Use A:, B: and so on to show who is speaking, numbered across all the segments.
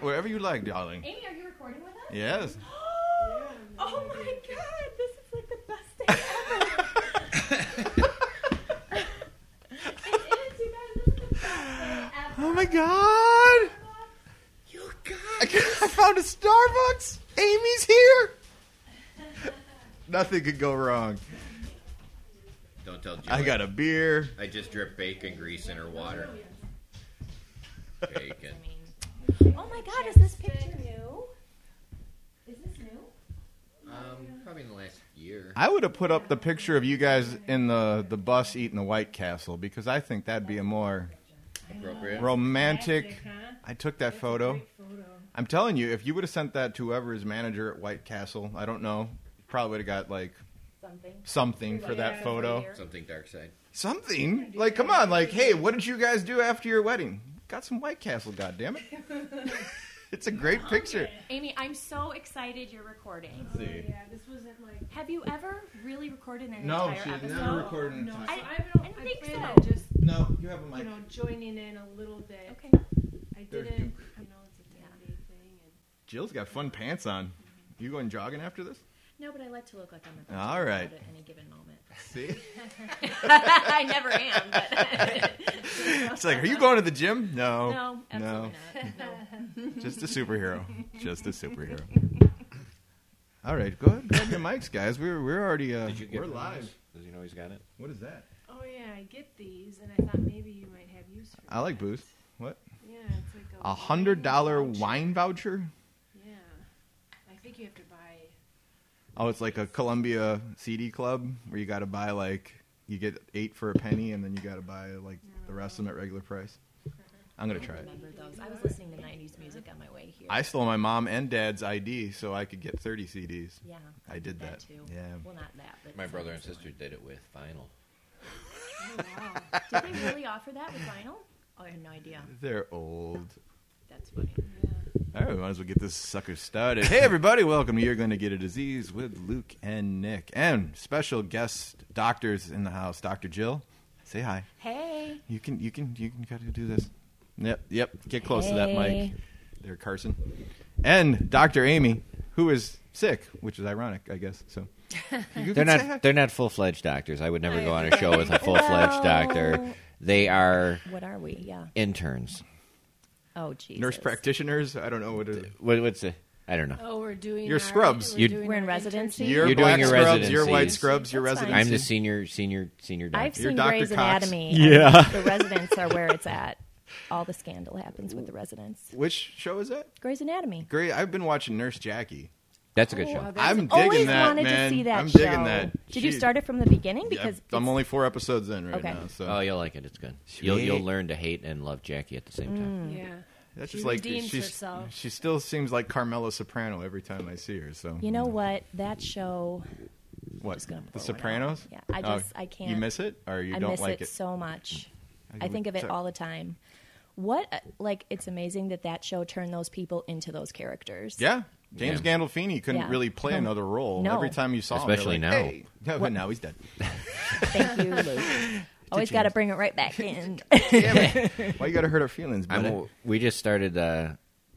A: whatever you like, darling.
B: Amy, are you recording with us?
A: Yes.
B: oh my god, this is like the best day ever. it is, you guys. This is the best day ever.
A: Oh my god!
C: You
A: I
C: got
A: found a Starbucks. Amy's here. Nothing could go wrong.
C: Don't tell Julie.
A: I got a beer.
C: I just dripped bacon grease in her water. Bacon.
B: Oh my god, is this picture new? Is this new?
C: Um, probably in the last year.
A: I would have put up the picture of you guys in the, the bus eating the White Castle because I think that'd be a more
C: Appropriate.
A: romantic.
D: Classic, huh?
A: I took that
D: That's a
A: photo.
D: great photo.
A: I'm telling you, if you would have sent that to whoever is manager at White Castle, I don't know, probably would have got like
B: Something.
A: something for
D: Yeah.
A: that photo.
C: Something dark side.
A: Something? Like, come on, like, hey, what did you guys do after your wedding? Got some White Castle, goddammit. it's a great picture.
B: Amy, I'm so excited you're recording.
A: Let's see.
D: Yeah, this wasn't like. Oh,
B: Have you ever really recorded an
A: No,
B: entire
A: she's
B: episode?
A: never recorded an
D: No,
A: entire-
D: I,
B: I-
D: I, don't,
B: I
D: I,
B: think
D: plan
B: so.
D: on just
A: No, you have a
D: you
A: mic.
D: know joining in a little bit.
B: Okay.
D: I
A: There's
D: didn't.
A: Duke.
D: You know, it's a
B: Yeah.
D: day thing. And
A: Jill's got fun pants on. You going jogging after this?
B: No, but I like to look like I'm a
A: All
B: virgin
A: right.
B: at any given moment.
A: See?
B: I never am, but
A: It's like, are you going to the gym? No.
B: No, absolutely not. No.
A: Just a superhero. Just a superhero. All right, go ahead. Grab your mics, guys. We're we're already uh, we're
C: one of
A: live.
C: those? Does he know he's got it?
A: What is that?
D: oh yeah, I get these, and I thought maybe you might have use for.
A: I like
D: that.
A: booze. What?
D: Yeah, it's like a
A: A hundred dollar
D: wine.
A: wine voucher?
D: Yeah, I think you have to buy.
A: Oh, it's like a Columbia CD club where you got to buy like you get eight for a penny, and then you got to buy like the rest of them at regular price. I'm gonna try it.
B: remember those. I was listening to 90s music on my way here.
A: I stole my mom and dad's ID so I could get 30 CDs.
B: yeah,
A: I did that.
B: too.
A: Yeah.
B: Well, not that, but
C: My
B: some
C: brother and
B: of
C: sister did it with vinyl.
D: Oh wow.
B: the- Did they really offer that with vinyl? Oh, I had no idea.
A: They're old.
B: That's funny.
D: yeah.
A: All right, we might as well get this sucker started. Hey, everybody, welcome to You're Going to Get a Disease with Luke and Nick. And special guest doctors in the house, Dr. Jill. Say hi.
B: Hey,
A: You can, you can, you can gotta do this. Yep, yep. Get close to that mic.
B: Hey.
A: There, Carson. And Dr. Amy, who is sick, which is ironic, I guess. So You
E: They're
A: can say hi.
E: not. They're not full fledged doctors. I would never go on a show with a full
B: No.
E: fledged doctor. They are
B: what are we? Yeah.
E: interns.
B: Oh, Jesus.
A: nurse practitioners. I don't know what it is.
E: What, what's it? I don't know.
D: Oh, we're doing.
A: You're
D: our-
A: scrubs.
D: We're,
E: You-
D: doing
B: We're in
D: our
B: residency?
D: internship.
A: Your
E: You're doing
A: black
E: your
A: scrubs, your white
E: residency.
A: scrubs, your
B: That's fine.
A: residency.
E: I'm the senior, senior, senior doctor.
B: I've
A: You're
B: seen
A: Dr.
B: Grey's
A: Cox.
B: Anatomy.
E: Yeah.
B: and The residents are where it's at. All the scandal happens with the residents.
A: Which show is that?
B: Grey's Anatomy.
A: Great. I've been watching Nurse Jackie.
E: That's a good
D: Oh,
E: show.
D: that's
A: I'm
B: Always
A: digging that,
B: wanted
A: man.
B: to see that
A: I'm
B: show.
A: digging that.
B: Did you
A: She-
B: start it from the beginning?
A: Yeah,
B: Because
A: I'm
B: it's-
A: only four episodes in right
B: Okay.
A: now, so
E: Oh, you'll like it. It's good. You'll
A: Sweet.
E: you'll learn to hate and love Jackie at the same time.
D: Yeah.
A: that's
D: She
A: just like
D: redeems
A: she's,
D: herself.
A: she still seems like Carmela Soprano every time I see her. So
B: You know what? That show,
A: what?
B: just gonna
A: The
B: pour one out.
A: Sopranos?
B: Yeah, I
A: Oh,
B: just- I can't-
A: You miss it, or you
B: I
A: don't
B: miss
A: like
B: it,
A: it? Mm.
B: so much.
A: I
B: I think of it
A: would-
B: all the time. What, a- like, it's amazing that that show turned those people into those characters.
A: yeah. James
E: Yeah.
A: Gandolfini couldn't
B: Yeah.
A: really play
B: No.
A: another role.
B: No.
A: Every time you saw
E: Especially
A: him,
E: now.
A: they're like, Hey. No, but now he's dead.
B: Thank you, Luke. Always got to bring it right back in.
A: Why you gotta hurt our feelings,
E: I'm,
A: buddy?
E: a- we just started. Uh,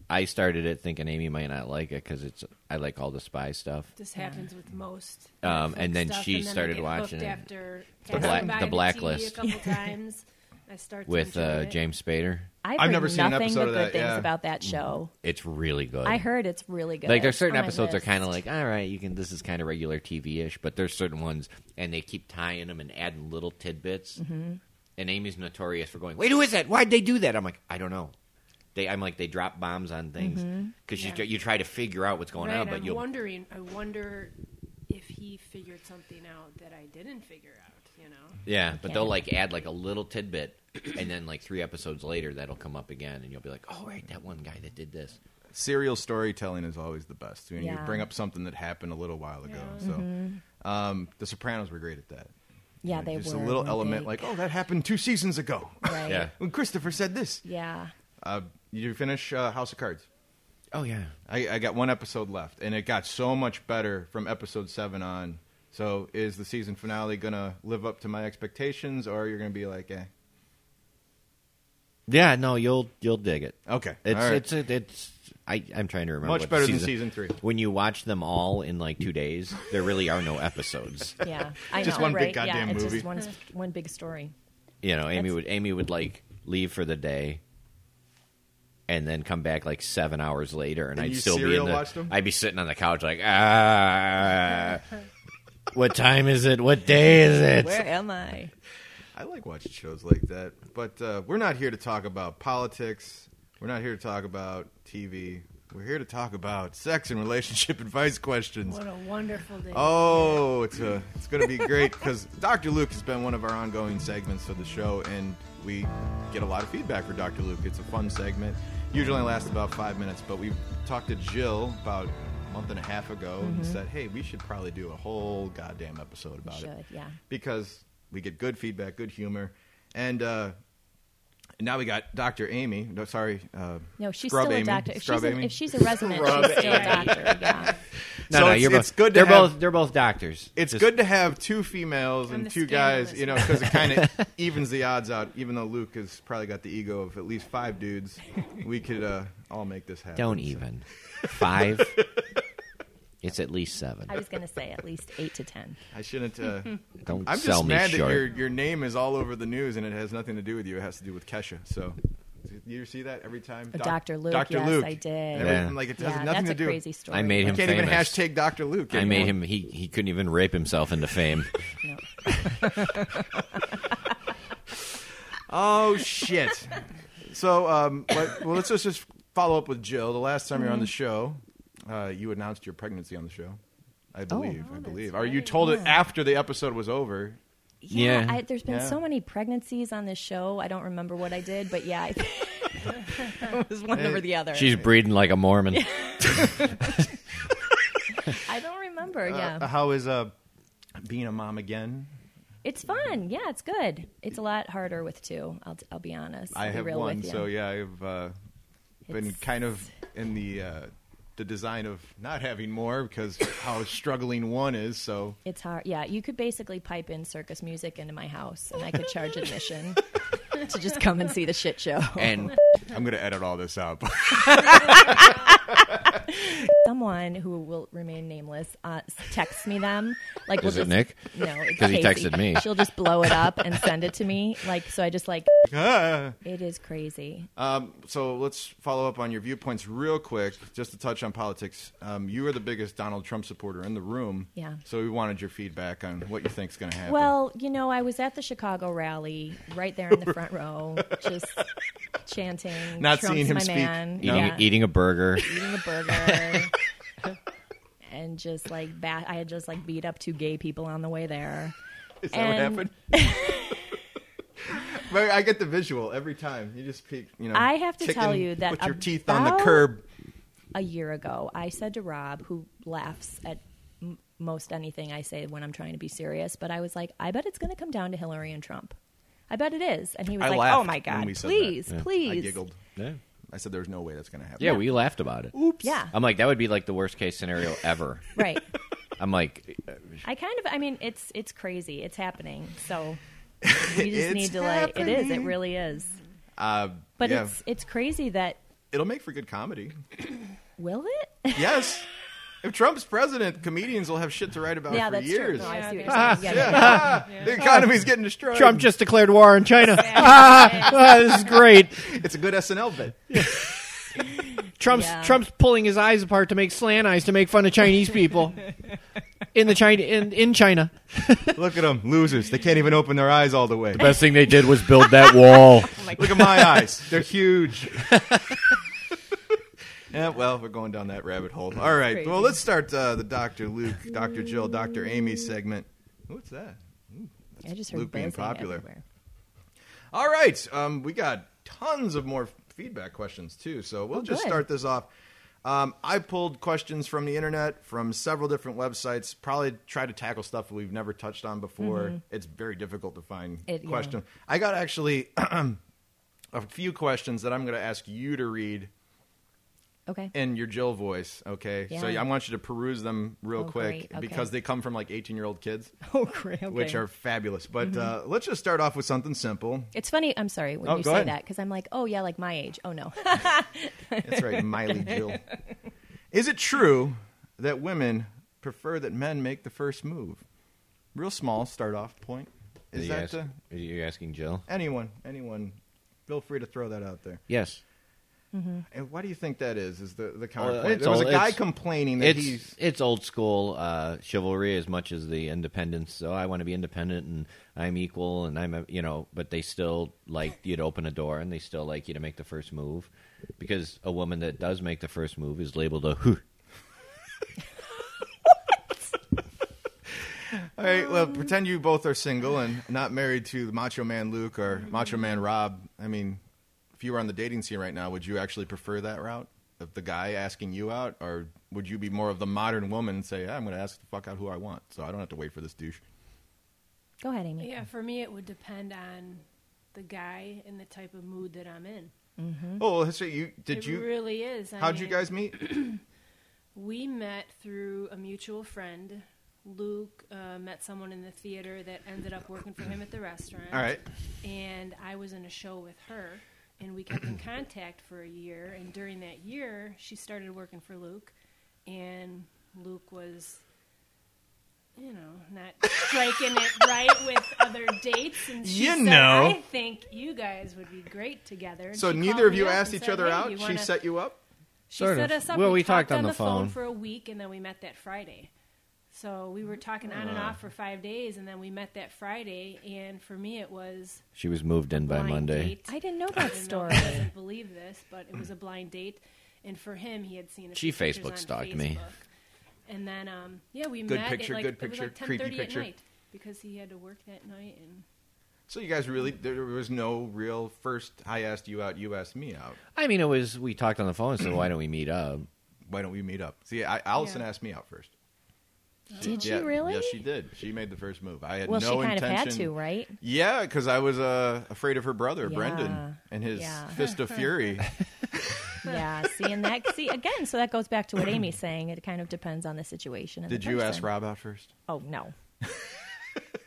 E: I started it thinking Amy might not like it because it's. I like all the spy stuff.
D: This happens with most.
E: Um,
D: Netflix
E: and then
D: stuff,
E: she
D: and then I
E: started
D: get
E: watching
D: hooked
E: it.
D: after
E: The
D: passing
E: Black-
D: by
E: The
D: TV
E: Blacklist.
D: a couple times. I start to
E: with
D: enjoy
E: uh,
D: it.
E: James Spader.
B: I've,
A: I've
B: heard
A: never seen an
B: nothing
A: episode
B: but
A: of
B: good
A: that,
B: things
A: yeah. Mm.
B: about that show.
E: It's really good.
B: I heard it's really good.
E: Like there's certain
B: on my
E: episodes that are
B: list.
E: kind of like, all right, you can. This is kind of regular TV-ish, but there's certain ones, and they keep tying them and adding little tidbits.
D: Mm-hmm.
E: And Amy's notorious for going, "Wait, who is that? Why'd they do that?" I'm like, I don't know. They, I'm like, they drop bombs on things because
D: Mm-hmm. Yeah.
E: you you try to figure out what's going
D: right,
E: on, but
D: I'm
E: you
D: wondering. I wonder if he figured something out that I didn't figure out. You know.
E: yeah, but they'll
B: Yeah.
E: like add like a little tidbit, and then like three episodes later, that'll come up again, and you'll be like, "Oh, right, that one guy that did this."
A: serial storytelling is always the best. You, know, you
B: Yeah. Mm-hmm.
A: bring up something that happened a little while ago. So, um, The Sopranos were great at that. You
B: yeah,
A: know,
B: they
A: just
B: were
A: a little
B: weren't
A: element
B: they?
A: like, oh, that happened two seasons ago
B: right.
E: Yeah.
A: when Christopher said this.
B: Yeah.
A: Uh, you finish uh, House of Cards.
E: Oh yeah,
A: I, I got one episode left, and it got so much better from episode seven on. So, is the season finale gonna live up to my expectations, or you're gonna be like, eh?
E: yeah. No, you'll you'll dig it.
A: Okay,
E: It's
A: Oh, all right.
E: it's it's I, I'm trying to remember.
A: Much
E: what the
A: better than season three.
E: When you watch them all in like two days, there really are no episodes.
B: Yeah, I
A: Just
B: know,
A: one big
B: right?
A: goddamn
B: yeah, It's
A: movie.
B: just one, one big story.
E: you know, Amy
B: That's-
E: would Amy would like leave for the day, and then come back like seven hours later, and,
A: And
E: I'd
A: you
E: still be in
A: serial
E: the,
A: watched 'em?
E: I'd be sitting on the couch like ah. What time is it? What day is it?
B: Where am I?
A: I like watching shows like that, but uh, we're not here to talk about politics. We're not here to talk about TV. We're here to talk about sex and relationship advice questions.
D: What a wonderful day.
A: Oh, it's a, it's going to be great because Dr. Luke has been one of our ongoing segments for the show, and we get a lot of feedback for Dr. Luke. It's a fun segment. Usually lasts about five minutes, but we talked to Jill about a month and a half ago and
B: Mm-hmm.
A: said, hey, we should probably do a whole goddamn episode about it
B: Should yeah.
A: because we get good feedback, good humor, and uh, now we got Dr. Amy. No, sorry. Uh,
B: No, she's
A: Scrub
B: still
A: Amy.
B: a doctor. If
A: Scrub
B: she's, a,
A: Amy.
B: if she's a resident, she's still a doctor. Yeah.
E: No,
A: So
E: no,
A: it's-
E: you're both.
A: it's good to
E: they're
A: have-
E: both. They're both doctors.
A: it's
E: Just-
A: good to have two females
D: I'm
A: and
D: the
A: two
D: scandalous
A: guys, you know, because it kind of evens the odds out. Even though Luke has probably got the ego of at least five dudes, we could uh, all make this happen.
E: Don't even five. it's at least seven.
B: I was going to say at least eight to ten.
A: I shouldn't. Uh,
E: Don't
A: I'm
E: sell
A: just
E: me
A: mad
E: short.
A: that your your name is all over the news and it has nothing to do with you. It has to do with Kesha. So. You see that every time,
B: Uh,
A: Doc-
B: Dr. Luke,
A: Dr.
B: yes,
A: Luke.
B: I did.
A: Every-
E: Yeah.
A: Like it has
B: Yeah,
A: nothing
B: that's
A: to do.
B: a crazy story.
E: I made him
A: You can't even
E: famous.
A: hashtag Dr. Luke.
E: I made
A: anymore.
E: him. He he couldn't even rape himself into fame.
B: No.
A: Oh shit! so, um, but, well, let's just, just follow up with Jill. The last time you were on
B: Mm-hmm.
A: the show, uh, you announced your pregnancy on the show. I
B: Oh,
A: believe. I
D: that's
A: believe. Or you
D: right,
A: told it
B: yeah.
A: after the episode was over.
B: Yeah,
E: Yeah.
B: I, there's been
A: Yeah.
B: so many pregnancies on this show. I don't remember what I did, but yeah, I it was one over the other.
E: She's breeding like a Mormon.
B: I don't remember. yeah,
A: Uh, how is uh, being a mom again?
B: it's fun. Yeah, it's good. It's a lot harder with two. I'll, I'll be honest.
A: I
B: I'll be
A: have
B: real
A: one,
B: with you.
A: so yeah, I've uh, been
B: It's-
A: kind of in the uh, the design of not having more because how struggling one is. So
B: It's hard. Yeah, you could basically pipe in circus music into my house, and I could charge admission to just come and see the shit show.
E: and
A: I'm gonna edit all this out.
B: Someone who will remain nameless uh, texts me them. Like, we'll
E: is it
B: just-
E: Nick?
B: No, it's
E: 'Cause he
B: Casey.
E: texted me.
B: She'll just blow it up and send it to me. Like, so I just like
A: Ah.
B: it is crazy.
A: Um, so let's follow up on your viewpoints real quick, just to touch on politics. Um, you are the biggest Donald Trump supporter in the room.
B: Yeah.
A: So we wanted your feedback on what you think's going to happen.
B: Well, you know, I was at the Chicago rally, right there in the front row, just chanting.
A: Not
B: Trump's
A: seeing him
B: my
A: speak.
B: Man.
E: eating,
B: Yeah.
E: eating a burger.
B: eating a burger and just like bat I had just like beat up two gay people on the way there.
A: is that
B: and-
A: what happened? but I get the visual every time. You just peek. You know.
B: I have to
A: ticking
B: tell you that
A: with your teeth on the
B: about-
A: curb.
B: A year ago, I said to Rob, who laughs at m- most anything I say when I'm trying to be serious, but I was like, I bet it's going to come down to Hillary and Trump. I bet it is. And he was
A: I
B: like,
A: laughed
B: Oh my
A: when
B: god,
A: we said that.
B: please,
A: I
B: please.
A: giggled.
E: Yeah.
A: I said, "There's no way that's going to happen."
E: Yeah, we laughed about it.
B: Yeah,
E: I'm like, that would be like the worst case scenario ever.
B: right.
E: I'm like, uh,
B: I kind of, I mean, it's it's crazy. It's happening. So we just
A: It's
B: need to like, it is. It
A: happening.
B: really is.
A: Uh,
B: But
A: yeah.
B: it's it's crazy that
A: it'll make for good comedy.
B: will it?
A: yes. If Trump's president, comedians will have shit to write about
B: yeah,
A: Oh, for
B: that's
A: years.
B: true. No, I see what you're
D: Yeah,
B: saying. Yeah, yeah.
A: Ah, The economy's getting destroyed.
E: Trump just declared war on China. Ah, ah, this is great.
A: It's a good SNL bit.
E: Trump's
B: Yeah.
E: Trump's pulling his eyes apart to make slant eyes to make fun of Chinese people in the China in, in China.
A: Look at them, losers. They can't even open their eyes all the way.
E: Best thing they did was build that wall.
A: Look at my eyes. They're huge. yeah, well, we're going down that rabbit hole. All right.
B: Crazy.
A: Well, let's start uh, the Dr. Luke, Dr. Jill, Dr. Amy segment. What's that?
B: I just heard
A: Luke being
B: buzzing
A: popular.
B: everywhere.
A: All right. Um, we got tons of more feedback questions, too. So we'll
B: Oh,
A: just
B: good.
A: start this off. Um, I pulled questions from the internet, from several different websites, probably try to tackle stuff we've never touched on before. It's very difficult to find
B: Mm-hmm. It- yeah.
A: questions. I got actually a few questions that I'm going to ask you to read
B: Okay.
A: and your Jill voice, okay? So
B: Yeah.
A: I want you to peruse them real
B: Oh,
A: quick
B: great. Okay.
A: because they come from like 18 year old kids,
B: Oh, great. Okay. Mm-hmm.
A: which are fabulous. But uh, let's just start off with something simple.
B: It's funny. I'm sorry when
A: Oh,
B: you
A: go
B: say
A: ahead.
B: that because I'm like, oh yeah, like my age. Oh no.
A: That's right, Miley Jill. Is it true that women prefer that men make the first move? Real small start off point. Is
E: you
A: that
E: ask-
A: uh,
E: are you asking Jill?
A: anyone? Anyone? Feel free to throw that out there.
E: Yes.
A: And why do you think that is? Is the the counterpoint?
E: it's
A: there was
E: all-
A: a guy
E: it's-
A: complaining that
E: It's
A: he's
E: it's old school uh, chivalry as much as the independence. So I want to be independent and I'm equal and I'm a, you know, but they still like you to open a door and they still like you to make the first move because a woman that does make the first move is labeled a who.
A: all right. Well, pretend you both are single and not married to Macho Man Luke or Macho Man Rob. I mean, if you were on the dating scene right now, would you actually prefer that route of the guy asking you out, or would you be more of the modern woman and say, "Yeah, "I'm going to ask the fuck out who I want, so I don't have to wait for this douche"?
B: Go ahead, Amy.
D: Yeah, for me, it would depend on the guy and the type of mood that I'm in.
A: Oh, well, so you did
D: Mm-hmm. it
A: you?
D: really is. I
A: how'd you
D: mean,
A: guys meet?
D: We met through a mutual friend. Luke uh, met someone in the theater that ended up working for him at the restaurant.
A: All right.
D: And I was in a show with her, and we kept in contact for a year. And during that year, she started working for Luke, and Luke was. You know, not striking it right with other dates, and she
A: You
D: said,
A: know.
D: "I think you guys would be great together." And
A: So
D: she
A: neither
D: called
A: of you
D: me up
A: asked
D: and
A: each
D: said,
A: other
D: "Hey,
A: out.
D: you
A: She
D: wanna-
A: set you up.
D: she
E: Sort
D: set
E: of.
D: us up.
E: Well,
D: we,
E: we
D: talked, on, the phone.
E: phone.
D: for a week, and then we met that Friday. So we were talking
A: Uh.
D: on and off for five days, and then we met that Friday. And for me, it was
E: She was moved in by
D: blind
E: Monday.
D: Date.
B: I didn't know
D: I
B: that
D: didn't know-
B: story.
D: I doesn't believe this, but it was a blind date. And for him, he had seen. a
E: She
D: few pictures
E: Facebook
D: on
E: stalked me.
D: Facebook. And then, um, yeah, we
A: Good
D: met.
A: picture,
D: at like,
A: good
D: it was like
A: picture, creepy
D: 10:30 at
A: picture.
D: night because he had to work that night. And
A: So you guys really there was no real first. I asked you out. You asked me out.
E: I mean, it was we talked on the phone and said, "Why don't we meet up?"
A: Why don't we meet up? See, I, Allison
D: Yeah.
A: asked me out first.
B: Did she
A: Yeah,
B: really?
A: Yes, she did. She made the first move. I had
B: well,
A: no
B: she kind
A: intention.
B: of had to, right?
A: Yeah, because I was uh, afraid of her brother
B: Yeah.
A: Brendan and his
B: Yeah.
A: fist of fury.
B: yeah. See, and that see again. So that goes back to what Amy's saying. It kind of depends on the situation. And
A: did
B: the
A: you ask
B: person.
A: Rob out first?
B: Oh no.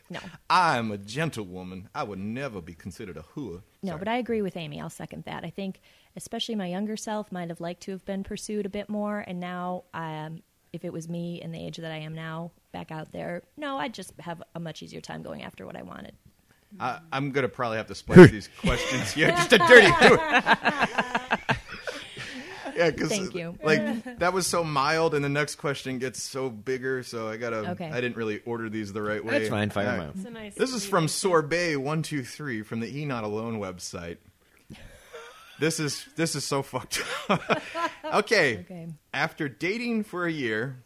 B: no.
A: I'm a gentlewoman. I would never be considered a hua.
B: No,
A: Sorry.
B: but I agree with Amy. I'll second that. I think, especially my younger self, might have liked to have been pursued a bit more. And now, um, if it was me in the age that I am now, back out there, no, I'd just have a much easier time going after what I wanted.
A: I, I'm gonna probably have to split these questions. Yeah, just a dirty. yeah, because
B: Thank you.
A: Like that was so mild, and the next question gets so bigger. So I gotta.
B: Okay.
A: I didn't really order these the right way. Uh,
E: That's fine. Fire
A: All
E: 'em
A: right.
E: out.
D: it's a nice.
A: This is from Sorbet One Two Three from the E Not Alone website. This is this is so fucked. up. okay.
B: Okay.
A: After dating for a year,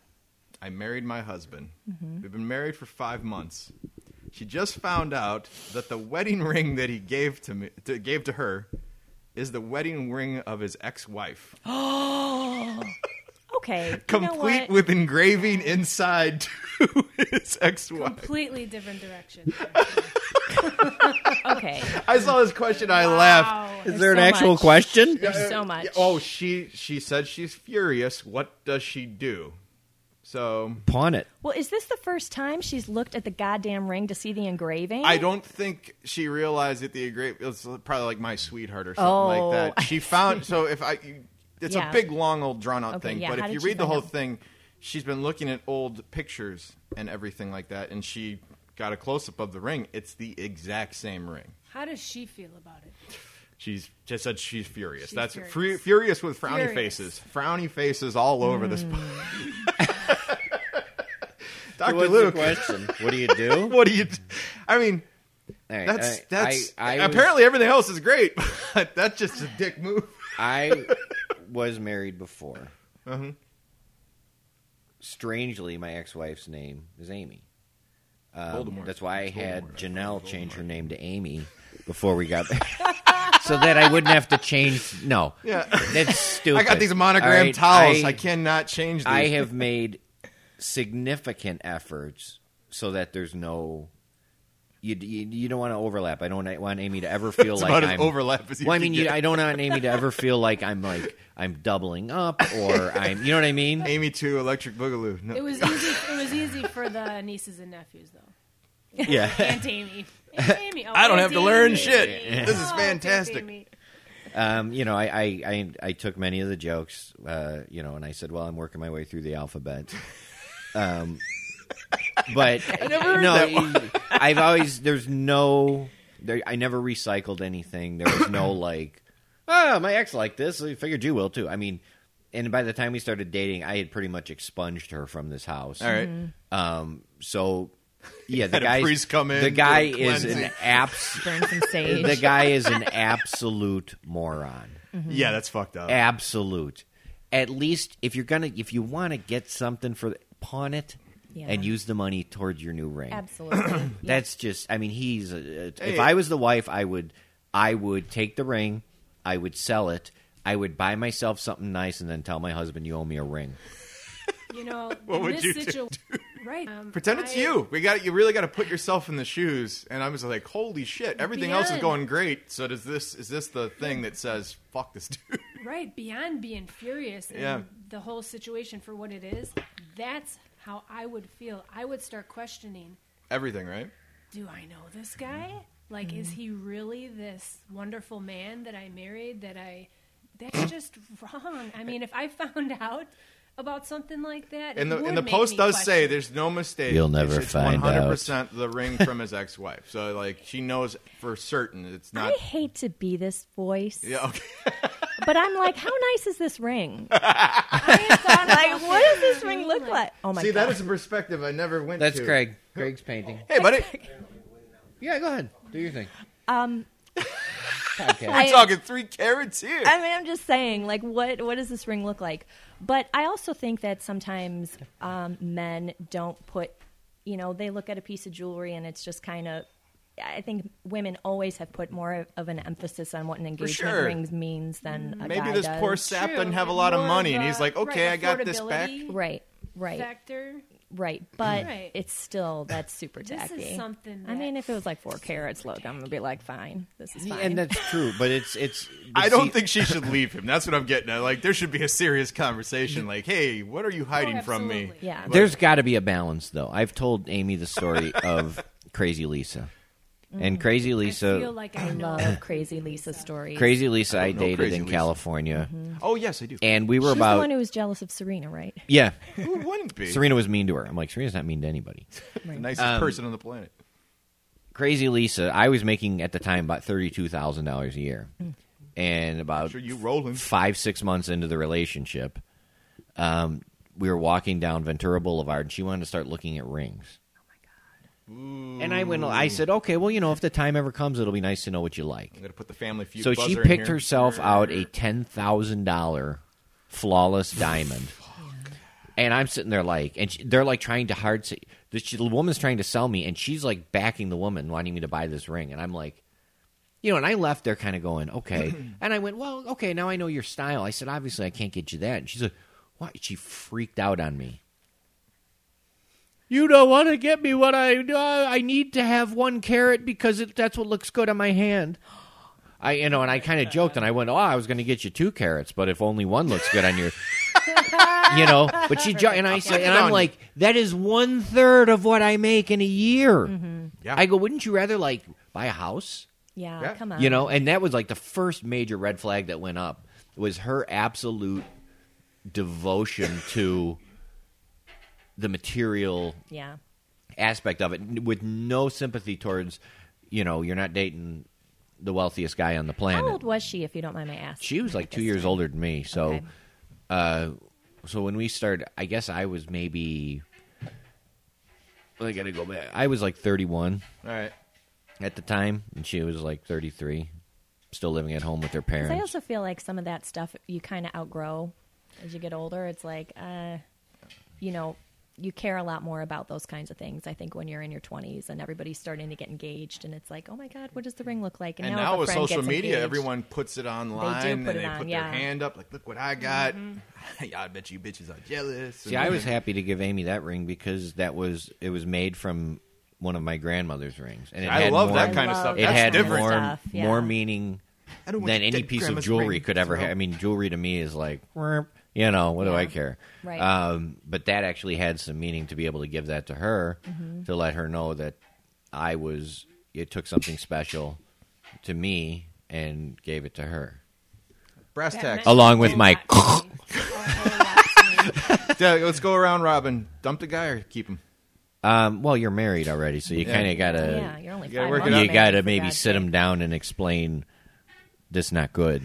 A: I married my husband.
B: Mm-hmm.
A: We've been married for five months. She just found out that the wedding ring that he gave to me to, gave to her is the wedding ring of his ex-wife,
B: Okay. you know
A: complete
B: what?
A: with engraving inside to his ex-wife.
D: completely different direction.
B: okay.
A: I saw this question. I laughed.
D: Wow.
E: Is
B: there
E: there
B: an
E: an
B: so actual
E: actual
B: much.
E: question?
B: There's so much.
A: Oh, she she said she's furious. What does she do? So
E: Pawn it.
B: Well, is this the first time she's looked at the goddamn ring to see the engraving?
A: I don't think she realized that the great it's probably like my sweetheart or something
B: Oh,
A: like
B: I
A: that. She found so if I you- it's
B: Yeah.
A: a big long old drawn out
B: Okay,
A: thing,
B: yeah,
A: but
B: how
A: if
B: did
A: you
B: she
A: read the
B: find
A: whole
B: out?
A: thing, she's been looking at old pictures and everything like that and she got a close up of the ring. It's the exact same ring.
D: How does she feel about it?
A: She's just said she's furious.
D: She's
A: That's
D: furious.
A: furious. furious with frowny
D: Furious. Hmm.
A: faces. Frowny faces all over this. Dr.
E: What's
A: Luke,
E: the question? What do you do?
A: what do you? d- I mean,
E: All right,
A: that's
E: I-
A: that's
E: I- I was-
A: apparently everything else is great, but that's just a dick move.
E: I was married before.
A: Uh-huh.
E: Strangely, my ex-wife's name is Amy. Um,
A: Voldemort.
E: that's why I
A: It's
E: had
A: Voldemort.
E: Janelle change her name to Amy before we got so that I wouldn't have to change. No,
A: Yeah.
E: that's stupid.
A: I got these
E: All
A: monogrammed
E: right,
A: towels. I, cannot change these.
E: I have made significant efforts so that there's no You, you, you don't want to overlap. I don't want Amy to ever feel
A: It's
E: like
A: about as
E: I'm
A: overlap as you
E: Well, I
A: can
E: mean, you,
A: get.
E: I don't want Amy to ever feel like I'm like I'm doubling up or I'm. You know what I mean?
A: Amy Two Electric Boogaloo. No.
D: It was easy. It was easy for the nieces and nephews, though.
E: Yeah.
D: Aunt Amy. Aunt Amy. Oh,
A: I don't
D: Aunt
A: have to learn
D: Amy.
A: shit. This is
D: Oh, Aunt
A: fantastic.
D: Amy.
E: Um, you know, I, I, I, I took many of the jokes, uh, you know, and I said, well, I'm working my way through the alphabet. Um, but no, I've always, there's no, there, I never recycled anything. There was no like, oh, my ex liked this. I figured you will too. I mean, and by the time we started dating, I had pretty much expunged her from this house.
A: All right.
D: Mm-hmm.
E: Um, so yeah, the
A: Had a
E: guy,
A: priest come in,
E: the
A: do
E: guy
A: a
E: is an
A: cleansing.
E: abs,
B: Burn some sage.
E: the guy is an absolute moron
A: Yeah, that's fucked up.
E: absolute. At least if you're gonna, if you want to get something for pawn it
B: Yeah.
E: and use the money toward your new ring.
B: Absolutely.
E: That's just. I mean, he's. A, a-
A: Hey.
E: If I was the wife, I would. I would take the ring. I would sell it. I would buy myself something nice and then tell my husband, "You owe me a ring."
D: You know,
A: What would
D: this
A: you do?
D: situ- Right. Um,
A: Pretend it's
D: I-
A: you. We got you. Really got to put yourself in the shoes. And I'm just like, holy shit! Everything else is
D: Beyond.
A: going great. So does this? Is this the thing that says fuck this dude?
D: Right. Beyond being furious and
A: Yeah.
D: the whole situation for what it is, that's how I would feel. I would start questioning
A: Everything, right?
D: do I know this guy? Like, is
A: Mm-hmm.
D: he really this wonderful man that I married? That I. That's just wrong. I mean, if I found out about something like that,
A: And the
D: it would
A: and the
D: make
A: post
D: me
A: does
D: question.
A: say there's no mistake.
E: You'll never
A: it's, it's
E: find
A: 100% the ring from his ex-wife. So like she knows for certain it's
B: I
A: not.
B: hate to be this voice,
A: Yeah. Okay.
B: but I'm like, how nice is this ring?
D: I had thought
B: Like,
D: about
B: what
D: that.
B: does this ring look like? Oh my
A: See,
B: god!
A: that is a perspective I never went.
E: That's
A: to.
E: Craig. Craig's painting.
A: Hey, buddy.
E: Yeah, go ahead. Do your thing.
B: um,
E: Okay.
A: We're talking three carrots here.
B: I mean, I'm just saying, like, what what does this ring look like? But I also think that sometimes um, men don't put, you know, they look at a piece of jewelry and it's just kind of. I think women always have put more of an emphasis on what an engagement
A: sure.
B: ring means than a
A: Maybe
B: guy
A: this
B: does.
A: poor sap
D: True,
A: doesn't have a
D: like
A: lot of
D: more
A: money,
D: of
A: and
D: a-
A: he's like, okay,
D: right,
A: I got this back.
D: affordability.
B: right, right,
D: Factor.
B: right. But
D: Right.
B: it's still that's super
D: This is
B: tacky.
D: something
B: I
D: that-
B: mean, if it was like four carats, look, I'm gonna be like, fine, this is fine.
E: and that's true, but it's it's.
A: I don't
E: see-
A: think she should leave him. That's what I'm getting at. Like, there should be a serious conversation. Like, hey, what are you
B: Oh,
A: hiding from me?
D: Oh, absolutely.
B: yeah,
E: There's got to be a balance, though. I've told Amy the story of Crazy Lisa, and Crazy
D: I
E: Lisa,
D: feel like I know.
B: love crazy Lisa stories.
E: Crazy Lisa, I,
A: know
E: dated
A: Crazy
E: in
A: Lisa.
E: California,
A: Oh, yes, I do.
E: and we were
B: She's
E: about
B: the one who was jealous of Serena, right?
E: yeah.
A: Who wouldn't be?
E: Serena um, was mean to her. I'm like, Serena's not mean to anybody.
A: the nicest person on the planet.
E: Crazy Lisa, I was making at the time about thirty two thousand dollars a year, and
A: I'm
E: about
A: sure you rolling.
E: five six months into the relationship, um, we were walking down Ventura Boulevard, and she wanted to start looking at rings. And I went. I said, "Okay, well, you know, if the time ever comes, it'll be nice to know what you like."
A: I'm gonna put the family feud.
E: So she
A: buzzer in
E: picked
A: here.
E: herself out a ten thousand dollar flawless diamond, and I'm sitting there like, and she, they're like trying to hard. se- The, she, the woman's trying to sell me, and she's like backing the woman, wanting me to buy this ring, and I'm like, you know, and I left there kind of going, okay, and I went, well, okay, now I know your style. I said, obviously, I can't get you that, and she's like, what? She freaked out on me. You don't want to get me what I I need to have one carrot because it, that's what looks good on my hand. I you know, and I kind of joked and I went, "Oh, I was going to get you two carrots, but if only one looks good on your." you know, but she jo- and I said, and I'm like, that is one third of what I make in a year.
A: Yeah.
E: I go, wouldn't you rather like buy a house?
B: Yeah,
A: Yeah.
B: come on.
E: You know, and that was like the first major red flag that went up was her absolute devotion to the material
B: Yeah.
E: aspect of it n- with no sympathy towards, you know, you're not dating the wealthiest guy on the planet.
B: How old was she, if you don't mind my asking?
E: She was like
B: at
E: two
B: this
E: years
B: time?
E: older than me. So,
B: Okay.
E: uh, so when we started, I guess I was maybe. I gotta go back. I was like 31
A: All right.
E: at the time, and she was like 33, still living at home with her
B: 'Cause
E: parents.
B: I also feel like some of that stuff you kind of outgrow as you get older. It's like, uh, you know, you care a lot more about those kinds of things. I think when you're in your 20s and everybody's starting to get engaged, and it's like, oh my God, what does the ring look like?
A: And
B: if
A: now
B: a
A: with
B: friend
A: social
B: gets
A: media,
B: engaged-
A: everyone puts it online
B: put
A: and
B: it
A: they
B: on,
A: put
B: yeah. Mm-hmm.
A: their hand up, like, look what I got. yeah, I bet you bitches are jealous.
E: See, I was happy to give Amy that ring because that was it was made from one of my grandmother's rings, and it
A: I
E: had
A: love
E: more,
A: that kind of stuff.
E: It
A: That's
E: had
A: different.
E: more
B: Stuff, yeah.
E: more meaning
A: I don't want
E: than
A: your
E: any
A: dead
E: piece of
A: grandma's
E: jewelry
A: ring.
E: could ever
A: So-
E: have. I mean, jewelry to me is like, "Werp," you know, what do
B: Yeah.
E: I care?
B: Right.
E: Um, but that actually had some meaning to be able to give that to her
B: Mm-hmm.
E: to let her know that I was, it took something special to me and gave it to her.
A: brass tacks.
E: Along with my-
A: Yeah, let's go around, Robin. Dump the guy or keep him.
E: Um, well, you're married already, so you
A: Yeah.
E: kind of got
B: yeah,
E: to,
B: you're only
A: you gotta
B: five
A: work it
B: months
A: out.
E: you
B: in,
E: got to
B: for
E: maybe
B: God's
E: sit
B: sake.
E: him down and explain this not good.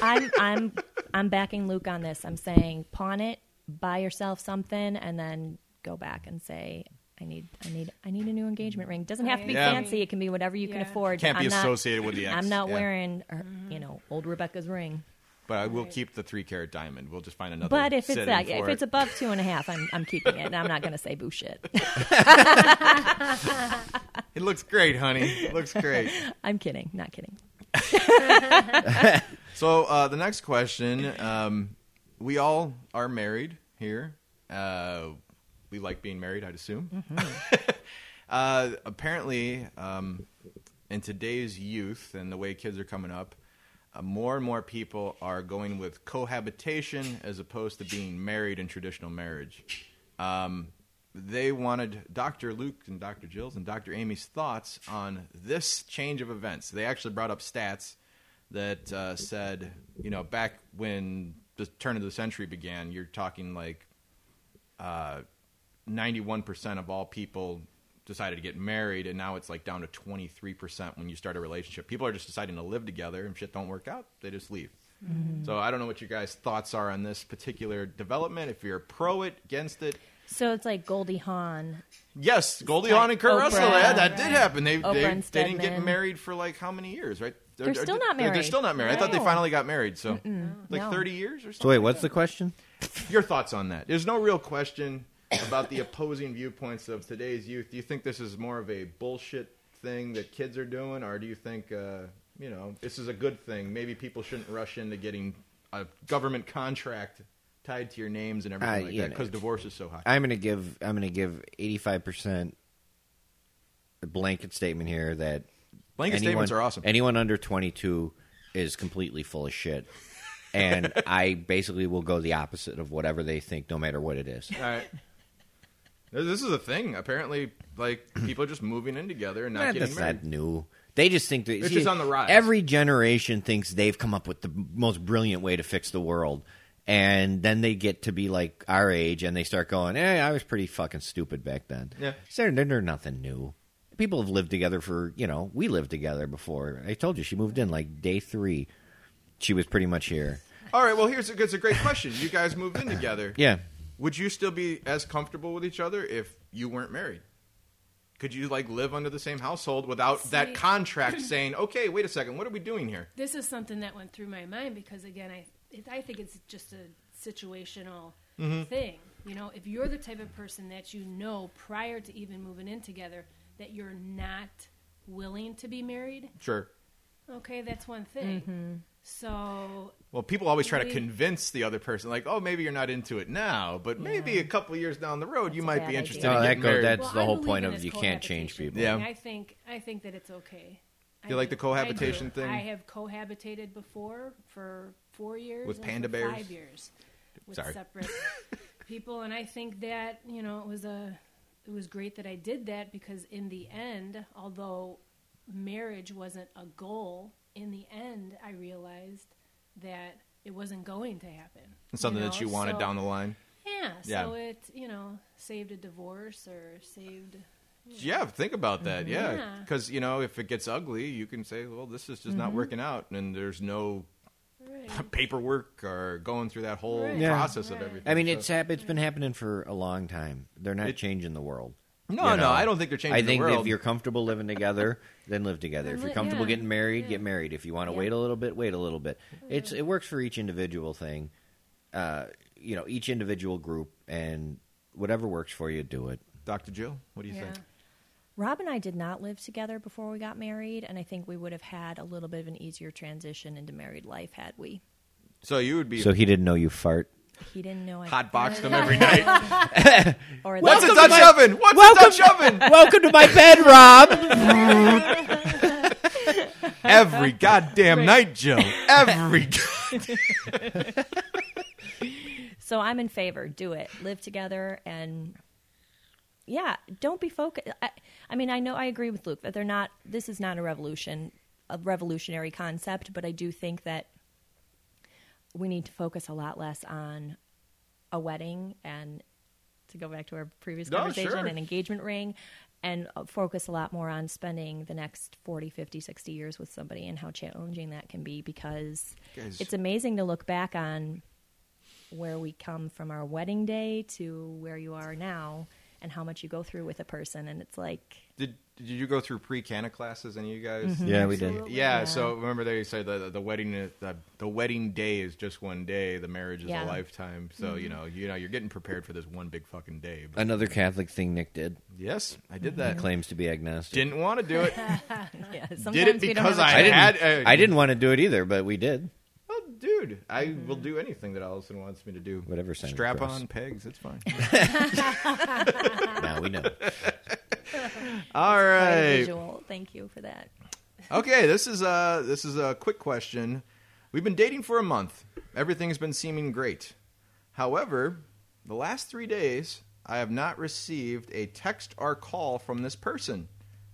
B: I'm I'm I'm backing Luke on this. I'm saying pawn it, buy yourself something, and then go back and say I need I need I need a new engagement ring. Doesn't have to be
A: Yeah.
B: fancy. It can be whatever you can
D: Yeah.
B: afford.
A: Can't be
B: I'm not-
A: associated with the ex.
B: I'm not
A: yeah.
B: wearing her, you know old Rebecca's ring.
A: But I will keep the three carat diamond. We'll just find another.
B: But if it's
A: setting
B: that, if
A: for
B: it's
A: it.
B: above two and a half, I'm I'm keeping it. And I'm not going to say boo shit.
A: it looks great, honey. It looks great.
B: I'm kidding. Not kidding.
A: So uh, the next question: um, We all are married here. Uh, we like being married, I'd assume. uh, apparently, um, in today's youth and the way kids are coming up, uh, more and more people are going with cohabitation as opposed to being married in traditional marriage. Um, they wanted Dr. Luke and Dr. Jill's and Dr. Amy's thoughts on this change of events. They actually brought up stats that uh, said, you know, back when the turn of the century began, you're talking like uh, ninety-one percent of all people decided to get married, and now it's like down to twenty-three percent when you start a relationship. People are just deciding to live together, and shit don't work out, they just leave. So I don't know what your guys' thoughts are on this particular development. If you're pro it, against it,
B: So it's like Goldie Hawn.
A: yes, Goldie
B: Like
A: Hawn and Kurt
B: Oprah,
A: Russell, yeah, that did
B: right.
A: happen. They
B: Oprah
A: they,
B: and
A: they didn't get
B: Stedman.
A: married for like how many years, right?
B: They're still not
A: They're
B: married.
A: still not married. I thought they
B: No.
A: finally got married. So like
B: no.
A: thirty years or something.
E: So wait, what's the question?
A: Your thoughts on that? There's no real question about the opposing viewpoints of today's youth. Do you think this is more of a bullshit thing that kids are doing, or do you think, uh, you know, this is a good thing? Maybe people shouldn't rush into getting a government contract tied to your names and everything
E: Uh,
A: like
E: you
A: that
E: know.
A: because divorce is so high.
E: I'm gonna give I'm gonna give 85 percent blanket statement here that
A: Blanket statements are awesome.
E: Anyone under 22 is completely full of shit, and I basically will go the opposite of whatever they think, no matter what it is.
A: All right. This this is a thing. Apparently, like people are just moving in together and not
E: Nah,
A: getting
E: that's
A: married.
E: not new. They just think that
A: It's just on the rise.
E: Every generation thinks they've come up with the most brilliant way to fix the world, and then they get to be like our age, and they start going, "Hey, I was pretty fucking stupid back then."
A: Yeah.
E: so they're, they're nothing new. People have lived together for you know we lived together before. I told you she moved in like day three. She was pretty much here.
A: All right. Well, here's a, it's a great question. You guys moved in together.
E: Yeah,
A: Would you still be as comfortable with each other if you weren't married? Could you like live under the same household without that
D: See-
A: contract saying, "Okay, wait a second, what are we doing here?"
D: this is something that went through my mind because again i it, i think it's just a situational thing you know if you're the type of person that you know prior to even moving in together that you're not willing to be married
A: Sure.
D: okay that's one thing so
A: Well, people always try to
D: We-
A: convince the other person, like, "Oh, maybe you're not into it now, but maybe a couple of years down the road, you
B: That's
A: might
B: a bad
A: be interested
B: idea.
A: in
E: Oh, that
A: getting
E: go-
A: married."
E: that's-
D: well,
E: the
D: I
E: whole
D: believe
E: point
D: in
E: of
D: this
E: you can't change
D: cohabitation
E: people.
D: thing.
A: Yeah.
D: i think i think that it's okay I
A: You like
D: do.
A: the cohabitation
D: I do.
A: thing?
D: i have cohabitated before for four years
A: With
D: and
A: panda
D: for
A: bears?
D: five years with
A: Sorry.
D: separate people and i think that you know it was a it was great that i did that because in the end although marriage wasn't a goal in the end i realized that it wasn't going to happen
A: It's something
D: you
A: that
D: know?
A: you wanted
D: So-
A: down the line.
D: yeah,
A: Yeah.
D: so it you know saved a divorce or saved
A: Yeah, think about that. Yeah,
D: Yeah. Mm-hmm.
A: because you know, if it gets ugly, you can say, "Well, this is just not working out," and there's no
D: right.
A: paperwork or going through that whole
D: Right.
E: Yeah.
A: process of
D: Right.
A: everything.
E: I mean
A: So-
E: it's hap- it's been happening for a long time. They're not
A: It-
E: changing the world.
A: No,
E: You
A: no, I don't think they're changing
E: I
A: the
E: think
A: world.
E: if you're comfortable living together, then live together. If
D: Then
E: you're
D: li-
E: comfortable
D: yeah,
E: getting married,
D: yeah.
E: get married. If you want to
D: Yeah.
E: wait a little bit, wait a little bit. It's it works for each individual thing. Uh, you know, each individual group and whatever works for you, do it.
A: Dr. Jill, what do you
D: yeah.
A: think?
B: Rob and I did not live together before we got married, and I think we would have had a little bit of an easier transition into married life had we.
A: So you would be
E: So he didn't know you fart.
B: He didn't know I
A: Hot boxed them every night.
B: or
A: What's a
B: that-
A: Dutch oven? What's a Dutch oven?
E: Welcome to my bed, Rob.
A: Every goddamn night, Joe. Every.
B: So I'm in favor. Do it. Live together and yeah, don't be focused. I, I mean, I know I agree with Luke that they're not. This is not a revolution, a revolutionary concept, but I do think that we need to focus a lot less on a wedding and to go back to our previous
A: No,
B: conversation
A: sure.
B: an engagement ring and uh, focus a lot more on spending the next 40 50 60 years with somebody and how challenging that can be because
A: Guys.
B: it's amazing to look back on where we come from our wedding day to where you are now and how much you go through with a person and it's like
A: did Did you go through pre cana classes? Any of you guys?
E: yeah, we did.
A: Mm-hmm. Yeah, so remember they said the the wedding uh, the, the wedding day is just one day, the marriage is
B: Yeah.
A: a lifetime. So you know you know you're getting prepared for this one big fucking day. But
E: Another Catholic thing Nick did.
A: yes, I did that.
E: Claims to be agnostic.
A: Uh, Didn't want to do it.
B: yeah, sometimes we don't
A: because
B: have a
A: I
E: I didn't.
A: had, uh,
E: I didn't want to do it either, but we did.
A: Well, dude, I will do anything that Allison wants me to do.
E: Whatever Santa
A: Strap
E: Claus.
A: on pegs. It's fine.
E: Now we know.
A: All right.
B: visual thank you for that
A: Okay, this is a this is a quick question. We've been dating for a month. Everything has been seeming great. However, the last 3 days I have not received a text or call from this person.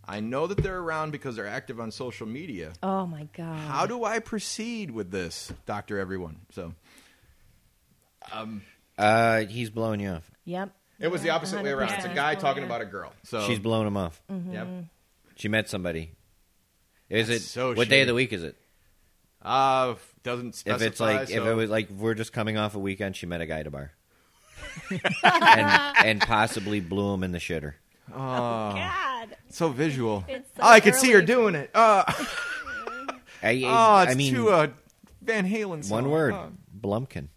A: I know that they're around because they're active on social media.
B: oh my god
A: How do I proceed with this, Doctor Everyone? So
E: Uh, he's blowing you off.
B: yep
A: it was the opposite way around. It's a
D: 100%.
A: guy talking about a girl. So
E: She's blowing him off.
A: yep.
B: Mm-hmm.
E: She met somebody. Is
A: That's
E: it
A: so
E: what day
A: shitty.
E: of the week is it?
A: Uh, doesn't
E: If
A: specify.
E: it's like if
A: so-
E: it was like we're just coming off a weekend, she met a guy at a bar, and, and possibly blew him in the shitter.
B: god
A: so visual.
B: It's so
A: oh, I could see her
B: early.
A: doing it. Uh,
E: I, I-
A: oh, it's
E: I mean,
A: too uh, Van Halen. Song.
E: one word,
A: Oh.
E: Blumpkin.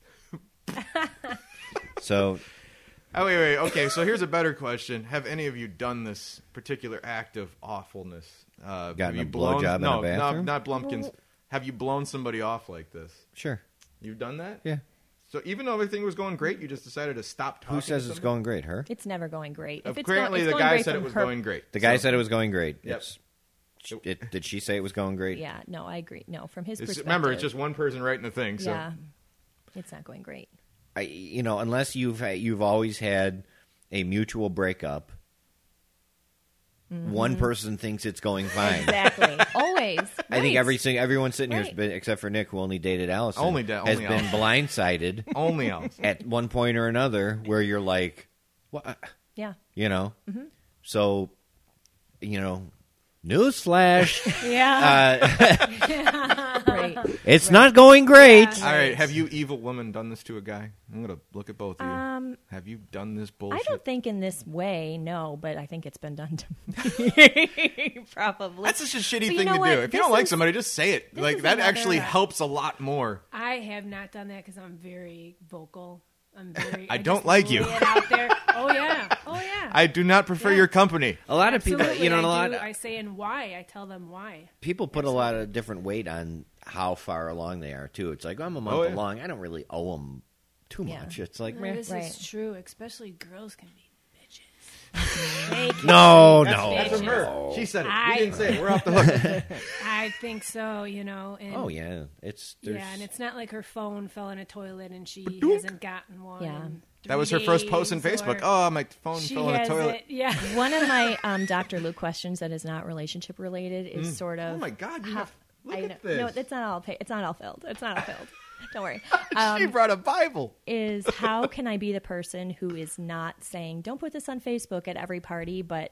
E: so
A: Oh wait, wait. Okay, so here's a better question: Have any of you done this particular act of awfulness? Uh,
E: Gotten
A: have
E: a
A: you blown-
E: blowjob in
A: no,
E: a bathroom?
A: No, not Blumpkins. Have you blown somebody off like this?
E: sure,
A: You've done that?
E: yeah.
A: So even though everything was going great, you just decided to stop talking.
E: Who
A: to
E: says it's
A: somebody?
E: going great? Her.
B: it's never going great If it's go-
A: Apparently,
B: it's
A: the
B: going
A: guy
B: great
A: said
B: from
A: it was
B: her-
A: going great.
E: The guy
A: So-
E: said it was going great.
A: Yep.
E: It's- it- did she say it was going great?
B: yeah no i agree no from his
A: It's-
B: perspective
A: remember, it's just one person writing the thing. So
B: yeah it's not going great
E: I, you know, unless you've uh, you've always had a mutual breakup,
B: Mm-hmm.
E: one person thinks it's going fine.
B: exactly always
E: I think
B: Right.
E: every sing- everyone sitting here,
B: Right.
E: has been, except for Nick, who only dated Allison,
A: Only da-
E: has
A: only
E: been blindsided
A: only else.
E: at one point or another, where you're like, what?
B: yeah
E: you know,
B: Mm-hmm.
E: so you know, newsflash,
D: Yeah.
E: uh,
B: right
E: it's not going great.
A: All right, have you evil woman done this to a guy? I'm gonna look at both of you.
B: Um,
A: have you done this
B: I
A: bullshit?
B: don't think in this way, no, but I think it's been done to me. Probably.
A: That's just a shitty
B: But you
A: thing
B: know
A: to
B: what?
A: do. If you
B: This
A: don't like
B: is-
A: somebody, just say it.
B: this
A: Like
B: is
A: that
B: another-
A: actually helps a lot more.
D: I have not done that because I'm very vocal. I'm very.
A: I don't
D: just
A: like you.
D: lay it out there. Oh yeah. Oh yeah.
A: I do not prefer
D: Yeah.
A: your company.
E: A lot of people,
D: Absolutely,
E: you know, a
D: I
E: lot.
D: do. I say and why. I tell them why.
E: people put a lot of different weight on how far along they are too. It's like I'm a month
A: Oh, yeah.
E: along. I don't really owe them too
B: Yeah.
E: much. It's like meh.
D: This
B: Right.
D: is true, especially girls can be bitches. They can
E: no,
A: Oh.
D: that's
E: no.
D: from her.
A: She said
D: it. We I- didn't
A: say it. We're off the hook.
D: I think so, you know. And,
E: Oh yeah, it's there's,
D: Yeah, and it's not like her phone fell in a toilet and she hasn't gotten one.
B: Yeah.
D: in
A: that
D: three
A: was her first post on
D: days,
A: Facebook.
D: or
A: Oh, my phone
D: she
A: fell in the
D: has
A: toilet.
D: it. Yeah.
B: One of my um, Dr. Luke questions that is not relationship related is sort of.
A: Oh my god! You
B: how-
A: have, look
B: I
A: at
B: know- No,
A: this.
B: it's not all. Pa- it's not all filled. It's not all filled. Don't worry. um,
A: she brought a Bible.
B: is how can I be the person who is not saying, don't put this on Facebook at every party, but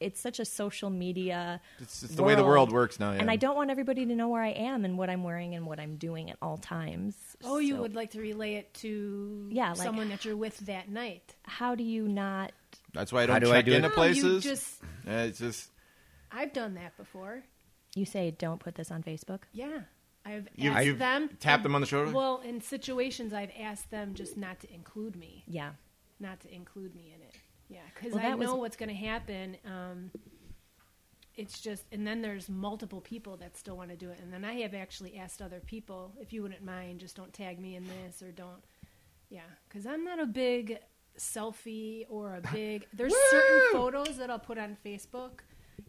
B: it's such a social media.
A: It's, it's the way the world works now. Yeah.
B: And I don't want everybody to know where I am and what I'm wearing and what I'm doing at all times.
D: Oh, you
B: So
D: would like to relay it to
B: Yeah, like-
D: someone that you're with that night.
B: How do you not.
A: That's why I don't
E: do I
A: check
E: do it?
A: into
E: No,
D: No, Oh, You
A: places.
D: just,
A: Yeah, it's just
D: I've done that before.
B: You say, don't put this on Facebook?
D: Yeah. I've
A: You-
D: asked
A: you've
D: them.
A: tapped them on the shoulder?
D: Well, in situations, I've asked them just not to include me.
B: Yeah.
D: not to include me in it. Yeah, because
B: Well,
D: I
B: that was-
D: know what's going to happen. Um, it's just, and then there's multiple people that still want to do it, and then I have actually asked other people if you wouldn't mind, just don't tag me in this or don't. Yeah, because I'm not a big selfie or a big. There's certain photos that I'll put on Facebook,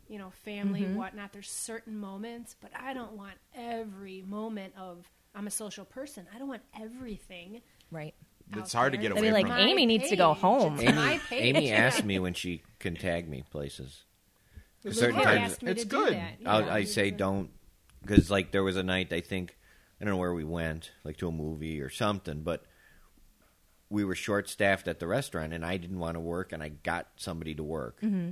D: you know, family,
B: Mm-hmm.
D: whatnot. There's certain moments, but I don't want every moment of. I'm a social person. I don't want everything.
B: Right.
A: It's hard to get
D: They'd
A: away
B: They'd be like,
A: from.
D: "Eh."
A: it.
B: Amy needs to go
D: Hey,
B: home.
D: just- My
E: Amy,
D: page.
E: Amy asked me when she can tag me places.
D: Luke
E: Certain
D: had
E: times-
D: asked me
A: It's
D: to
A: good.
D: Do that. yeah.
E: I'll, I say don't, because like there was a night I think I don't know where we went, like to a movie or something, but we were short staffed at the restaurant, and I didn't want to work, and I got somebody to work,
D: Mm-hmm.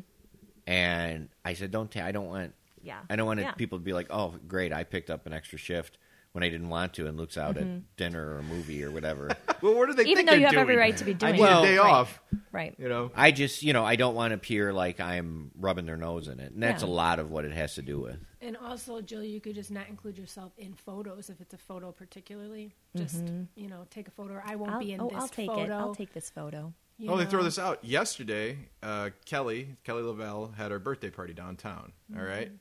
E: and I said don't tag. I don't want.
B: Yeah.
E: I don't want
B: Yeah.
E: people to be like, oh great, I picked up an extra shift when I didn't want to, and Luke's out
B: Mm-hmm.
E: at dinner or a movie or whatever.
A: Well, what do they
B: Even
A: think
B: though you
A: they're
B: have every
A: doing?
B: right to be doing
A: I need
E: Well,
A: a day
B: right.
A: off.
B: Right.
A: You know,
E: I just, you know, I don't want to appear like I'm rubbing their nose in it, and that's
B: Yeah.
E: a lot of what it has to do with.
D: And also, Jill, you could just not include yourself in photos if it's a photo, particularly. Just you know, take a photo. Or I won't
B: Mm-hmm. I'll,
D: be in
B: oh,
D: this
B: I'll take
D: photo.
B: it. I'll take this photo.
D: you
A: Oh, they throw
D: know.
A: this out yesterday. Uh, Kelly, Kelly Lavelle, had her birthday party downtown.
B: Mm-hmm.
A: All right,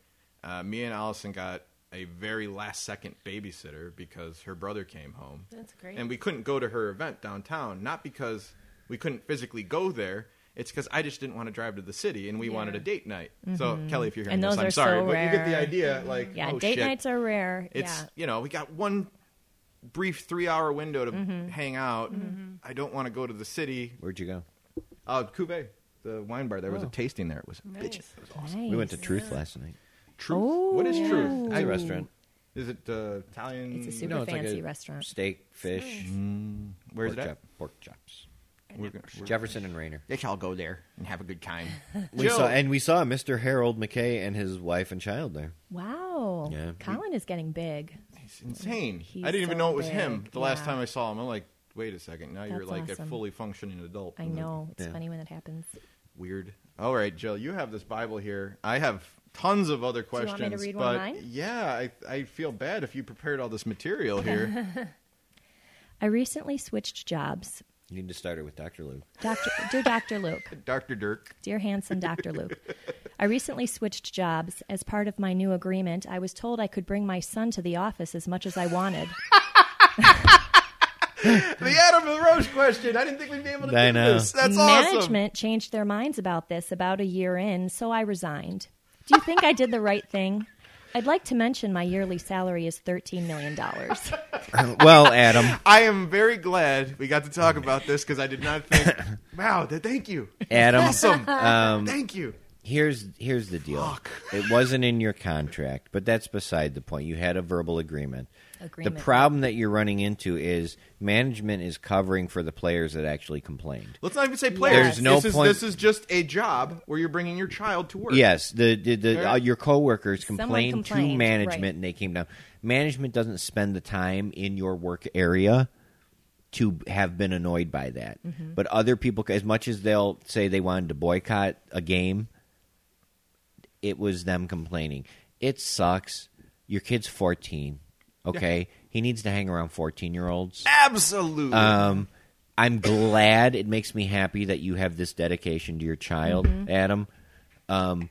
A: uh, me and Allison got a very last second babysitter because her brother came home,
D: That's great.
A: and we couldn't go to her event downtown. Not because we couldn't physically go there. It's because I just didn't want to drive to the city, and we
D: Yeah.
A: wanted a date night. So Kelly, if you're hearing
B: Mm-hmm. And
A: this,
B: those
A: I'm
B: are
A: sorry,
B: so
A: but you get the
B: rare.
A: idea. Like,
B: Yeah,
A: oh,
B: date
A: shit.
B: nights are rare.
A: It's
B: yeah.
A: you know we got one brief three hour window to
B: Mm-hmm.
A: hang out. I don't want to go to the city
E: Where'd you go?
A: uh, Cuvée, the wine bar. There was a tasting there. It was
D: Nice.
A: bitch. It was awesome.
E: We went to
B: Nice.
E: Truth last night.
A: Truth. what is
B: Ooh.
A: Truth?
E: It's a restaurant.
A: Is it uh, Italian?
B: It's a super
E: No, it's like
B: fancy
E: a
B: restaurant. Mm.
E: Steak, fish,
A: Where's
E: pork,
A: that?
E: chop, pork chops.
A: We're gonna- we're-
E: Jefferson and Rayner.
A: They shall go there and have a good time.
E: We
A: Jill.
E: saw and we saw Mr. Harold McKay and his wife and child there.
B: Wow.
E: Yeah.
B: Colin is getting big.
A: It's insane.
B: He's
A: I didn't even
B: so
A: know it was him
B: big,
A: the last
B: yeah.
A: time I saw him. I'm like, wait a second. Now you're
B: That's
A: like a
B: awesome.
A: fully functioning adult.
B: I know. It's
E: Yeah.
B: funny when that happens.
A: Weird. All right, Jill, you have this Bible here. I have tons of other
B: you
A: questions,
B: want me to read
A: but
B: one of mine?
A: yeah, I, I feel bad if you prepared all this material here.
B: I recently switched jobs.
E: You need to start it with Dr. Lou.
B: Doctor, dear Dr. Luke,
A: Dr. Dirk.
B: Dear Hanson, Dr. Luke, I recently switched jobs. As part of my new agreement, I was told I could bring my son to the office as much as I wanted.
A: The Adam Rose question. I didn't think we'd be able to
E: I
A: do
E: know.
A: this. That's awesome.
B: Management changed their minds about this about a year in, so I resigned. Do you think I did the right thing? I'd like to mention my yearly salary is $13 million.
E: well, Adam,
A: I am very glad we got to talk about this because I did not think. wow, th- thank you.
E: Adam,
A: Awesome.
E: Um,
A: thank you.
E: here's here's the deal. It wasn't in your contract, but that's beside the point. You had a verbal agreement.
B: Agreement.
E: The problem that you're running into is management is covering for the players that actually complained.
A: Let's not even say players.
E: There's no
A: this is,
E: point-
A: This is just a job where you're bringing your child to work.
E: Yes, the, the, the
A: Right.
E: uh, your coworkers
B: Someone
E: complained, to
B: complained,
E: management,
B: right.
E: and they came down. Management doesn't spend the time in your work area to have been annoyed by that,
B: Mm-hmm.
E: but other people, as much as they'll say they wanted to boycott a game, it was them complaining. It sucks. Your kid's fourteen. Okay, he needs to hang around fourteen-year-olds.
A: Absolutely.
E: Um, I'm glad it makes me happy that you have this dedication to your child, Adam. Um,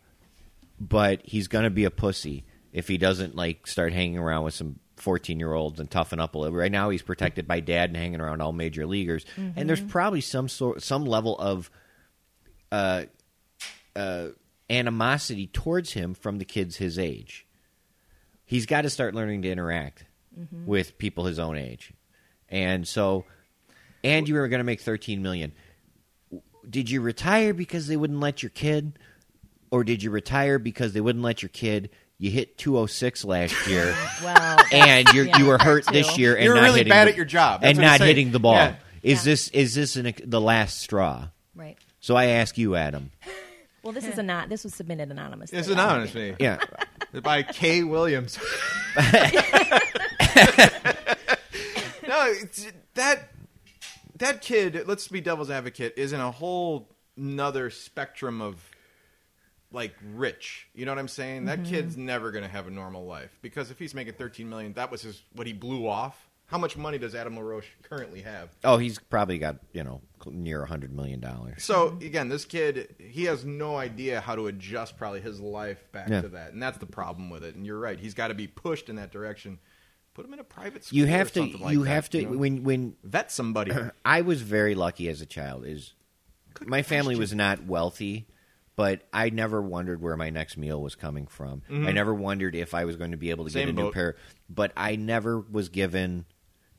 E: but he's gonna be a pussy if he doesn't like start hanging around with some 14 year olds and toughen up a little. Right now, he's protected by dad and hanging around all major leaguers, and there's probably some sort, some level of uh, uh, animosity towards him from the kids his age he's got to start learning to interact with people his own age. And so, and you were going to make 13 million. Did you retire because they wouldn't let your kid? Or did you retire because they wouldn't let your kid? You hit 206 last year.
B: Well,
E: and you're,
B: Yeah,
E: you were
B: that
E: hurt
B: too.
E: this year and
A: You're
E: not
A: really
E: hitting
A: bad
E: the-
A: at your job. That's
E: and
A: what I'm
E: not
A: saying.
E: hitting the ball.
A: Yeah.
E: Is
B: Yeah.
E: this is this an, the last straw?
B: right.
E: So I ask you, Adam.
B: Well, this is a not. This was submitted anonymously.
A: this is anonymously
E: Yeah,
A: by Kay Williams. no, it's, that that kid. Let's be devil's advocate. Is in a whole another spectrum of like rich. You know what I'm saying? That kid's never going to have a normal life because if he's making 13 million, that was his what he blew off. How much money does Adam LaRoche currently have?
E: oh, he's probably got you know cl- near 100 million dollars.
A: So again, this kid, he has no idea how to adjust probably his life back
E: Yeah.
A: to that, and that's the problem with it. And you're right; he's got to be pushed in that direction. Put them in a private school.
E: You
A: or
E: have to.
A: something like
E: you
A: that,
E: have to.
A: know?
E: When Uh-huh. when
A: vet somebody.
E: I was very lucky as a child. Is my family was not wealthy, but I never wondered where my next meal was coming from. I never wondered if I was going to be able to
A: Mm-hmm. Same
E: get a new
A: boat.
E: pair. But I never was given.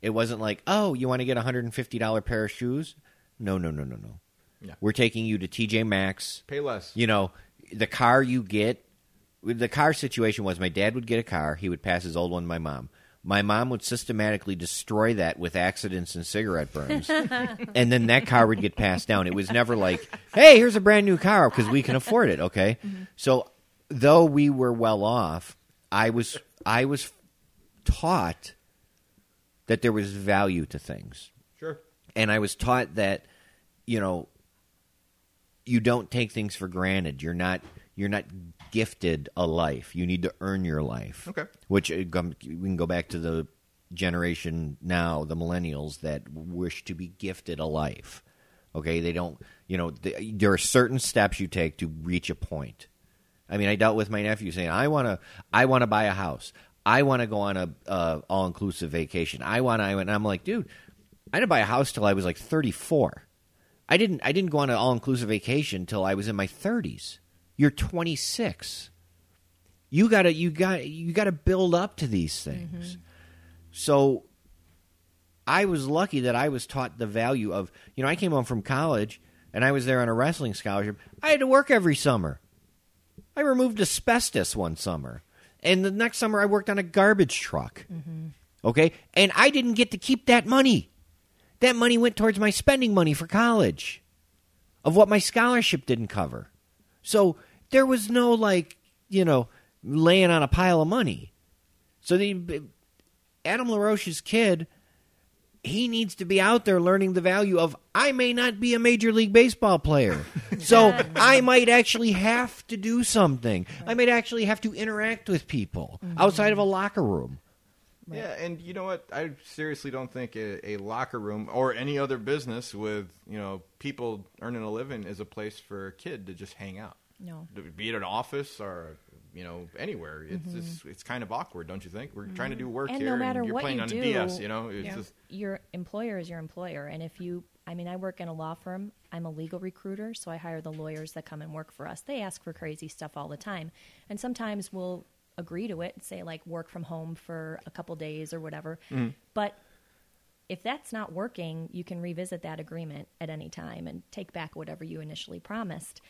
E: It wasn't like, oh, you want to get a hundred and fifty dollar pair of shoes? No, no, no, no, no.
A: Yeah.
E: We're taking you to TJ Maxx
A: Pay less.
E: you know, the car you get, the car situation was my dad would get a car, he would pass his old one to my mom. My mom would systematically destroy that with accidents and cigarette burns. and then that car would get passed down. It was never like, hey, here's a brand new car because we can afford it, okay? So, though we were well off, I was I was taught that there was value to things
A: Sure.
E: and I was taught that you know you don't take things for granted. You're not you're not gifted a life. You need to earn your life.
A: Okay.
E: Which uh, gum- we can go back to the generation now, the millennials that wish to be gifted a life. Okay, they don't. You know, th there are certain steps you take to reach a point. I mean, I dealt with my nephew saying, "I want to, I want to buy a house. I want to go on a uh, all inclusive vacation. I want to." And I'm like, dude, I didn't buy a house till I was like 34. I didn't. I didn't go on an all inclusive vacation till I was in my 30s. You're 26. You gotta. You got. You gotta build up to these things. So I was lucky that I was taught the value of, you know, I came home from college and I was there on a wrestling scholarship. I had to work every summer. I removed asbestos one summer. And the next summer I worked on a garbage truck. Okay? And I didn't get to keep that money. That money went towards my spending money for college of what my scholarship didn't cover. So there was no like, you know, laying on a pile of money. So the Adam LaRoche's kid he needs to be out there learning the value of I may not be a major league baseball player. so I might actually have to do something. I might actually have to interact with people outside of a locker room.
A: Yeah, and you know what? I seriously don't think a, a locker room or any other business with you know people earning a living is a place for a kid to just hang out.
B: No.
A: be it an office or you know anywhere. It's just, it's kind of awkward, don't you think? We're trying to do work
B: Mm-hmm. And
A: here,
B: no matter
A: and you're
B: what
A: playing
B: you
A: on
B: do,
A: a DS. You know, it's
D: Yeah.
A: just
B: your employer is your employer and if you i mean i work in a law firm i'm a legal recruiter so i hire the lawyers that come and work for us they ask for crazy stuff all the time and sometimes we'll agree to it and say like work from home for a couple days or whatever but if that's not working you can revisit that agreement at any time and take back whatever you initially promised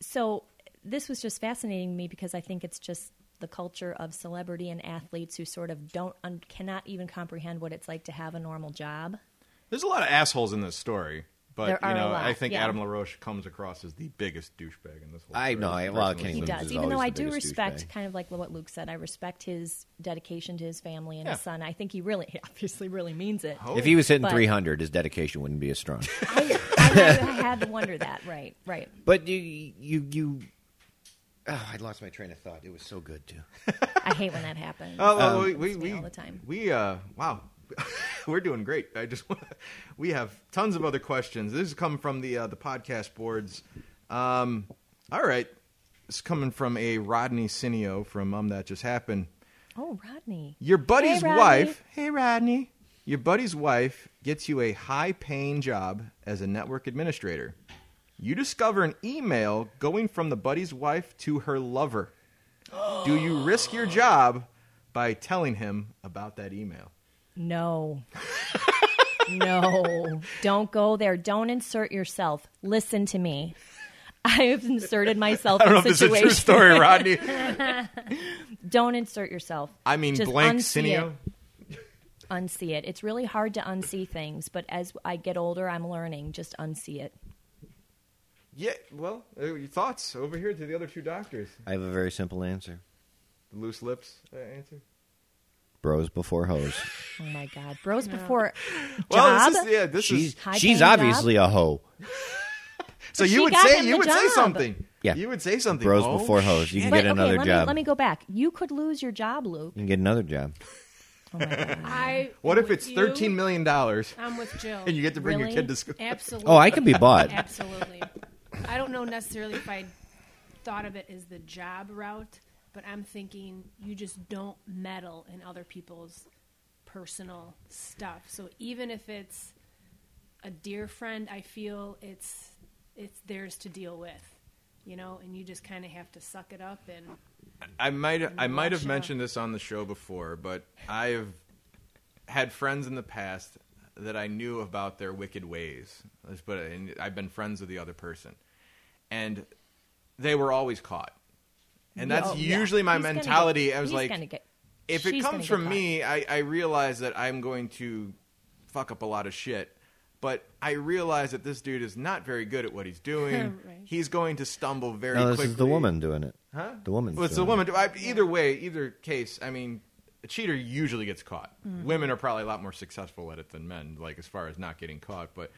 B: so this was just fascinating to me because I think it's just the culture of celebrity and athletes who sort of don't un- cannot even comprehend what it's like to have a normal job.
A: there's a lot of assholes in this story. But
B: There are
A: you
B: a
A: know,
B: lot,
A: I think
B: yeah.
A: Adam LaRoche comes across as the biggest douchebag in this whole.
E: I
A: story.
E: know, I- well,
A: Personally,
E: Kenny
B: He
E: Williams
B: does,
E: is
B: even though
E: always
B: I
E: the
B: do
E: biggest eh?
B: respect,
E: douchebag.
B: kind of like what Luke said, I respect his dedication to his family and his
A: Yeah.
B: son. I think he really, he obviously, really means it.
A: Oh.
E: If he was hitting
B: But-
E: 300, his dedication wouldn't be as strong.
B: I, I, I had to wonder that. Right, right.
E: but you, you, you. Oh, I lost my train of thought. It was so good too.
B: I hate when that happens.
A: Oh,
E: Uh,
A: well, we,
B: It
A: we,
B: happens
A: we,
B: to me all the time.
A: we, uh, wow, we're doing great. I just want we have tons of other questions. This is coming from the uh, the podcast boards. Um, all right, it's coming from a Rodney Cineo from Um That Just Happened.
B: Oh, Rodney.
A: Your buddy's
B: Hey, Rodney.
A: wife. Hey, Rodney. Your buddy's wife gets you a high paying job as a network administrator. You discover an email going from the buddy's wife to her lover. Do you risk your job by telling him about that email?
B: No. no. Don't go there. Don't insert yourself. Listen to me. I have inserted myself
A: I don't know
B: in
A: if this is a true
B: situations.
A: story, Rodney.
B: Don't insert yourself.
A: I mean,
B: Just
A: blank
B: unsee
A: Cineo.
B: it. Unsee it. It's really hard to unsee things, but as I get older, I'm learning. Just unsee it.
A: Yeah, well, uh, your thoughts over here to the other two doctors.
E: I have a very simple answer:
A: The loose lips uh, answer.
E: bros before hoes.
B: Oh my God. Bros before job.
A: Well, this is, yeah, this
E: she's
A: is.
B: High
E: she's
B: paying job?
E: obviously a hoe.
A: So
B: But
A: you
B: she
A: would
B: got
A: say
B: him
A: you
B: the
A: would say
B: job.
A: something.
E: Yeah.
A: you would say something.
E: Bros
A: Oh,
E: before hoes. You can
B: But,
E: get another
B: okay, Let me,
E: job.
B: let me go back. You could lose your job, Luke.
E: you can get another job.
B: Oh my God.
D: I.
A: What if
D: with
A: it's thirteen
D: you,
A: million dollars
D: I'm with Jill.
A: and you get to bring
B: Really?
A: your kid to school?
D: Absolutely.
E: Oh, I could be bought.
D: Absolutely. I don't know necessarily if I thought of it as the job route. But I'm thinking you just don't meddle in other people's personal stuff. So even if it's a dear friend, I feel it's it's theirs to deal with, you know, and you just kind of have to suck it up and
A: I might I might have
D: Russia.
A: mentioned this on the show before, but I have had friends in the past that I knew about their wicked ways. Let's put it. And I've been friends with the other person, and they were always caught. And that's
B: Oh, yeah.
A: usually my
B: He's gonna
A: mentality.
B: get-
A: I was
B: he's
A: like,
B: gonna get-
A: if
B: she's
A: it
B: gonna
A: comes
B: get
A: from
B: caught.
A: me, I, I realize that I'm going to fuck up a lot of shit. But I realize that this dude is not very good at what he's doing.
D: Right.
A: He's going to stumble very
E: No, this
A: quickly.
E: is the woman doing it.
A: Huh?
E: The woman's
A: Well, it's the
E: doing
A: woman. I, either way, either case, I mean, a cheater usually gets caught.
B: Mm-hmm.
A: Women are probably a lot more successful at it than men, like as far as not getting caught. But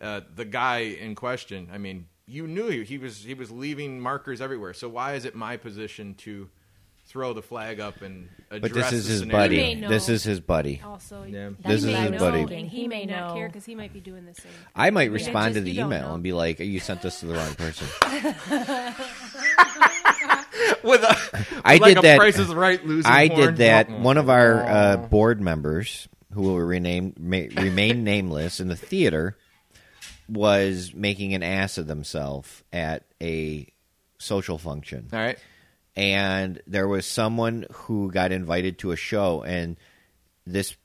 A: uh, the guy in question, I mean, you knew he, he was he was leaving markers everywhere. So why is it my position to throw the flag up and address
E: But this is
A: the
E: his
A: scenario?
E: buddy.
D: You may
E: This
D: know.
E: is his buddy.
B: Oh.
D: also
A: Yeah.
D: he
E: This
D: may
E: is his
D: know,
E: buddy.
D: and he, may, not
B: know.
D: care because he might be doing the same.
E: I might
D: Yeah.
E: respond to
D: Just you
E: the
D: don't
E: email
D: know.
E: and be like, "You sent this to the wrong person."
A: With a,
E: I
A: like
E: did
A: a
E: that.
A: Price is Right losing
E: I
A: horn.
E: did that.
A: Mm.
E: One of our uh, board members, who will rename, may, remain nameless in the theater, was making an ass of themselves at a social function.
A: All right.
E: and there was someone who got invited to a show and this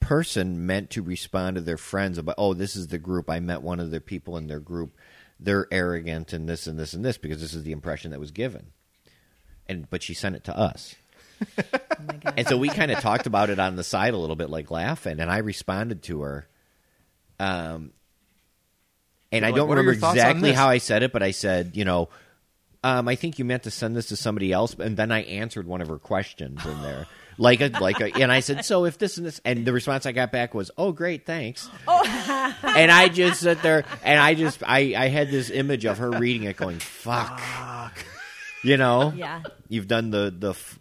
E: person meant to respond to their friends about oh this is the group i met one of the people in their group they're arrogant and this and this and this because this is the impression that was given and but she sent it to us
B: Oh my God.
E: and so we kind of talked about it on the side a little bit, like laughing. And I responded to her. Um, and
A: You're
E: I
A: like,
E: don't
A: "What are your
E: remember
A: thoughts on
E: exactly
A: this?"
E: how I said it, but I said, you know, um, I think you meant to send this to somebody else. And then I answered one of her questions in there. Like a, like a, and I said, so if this and this, and the response I got back was, oh, great, thanks. and I just sit there and I just, I, I had this image of her reading it going, fuck, you know?
B: yeah.
E: you've done the the f-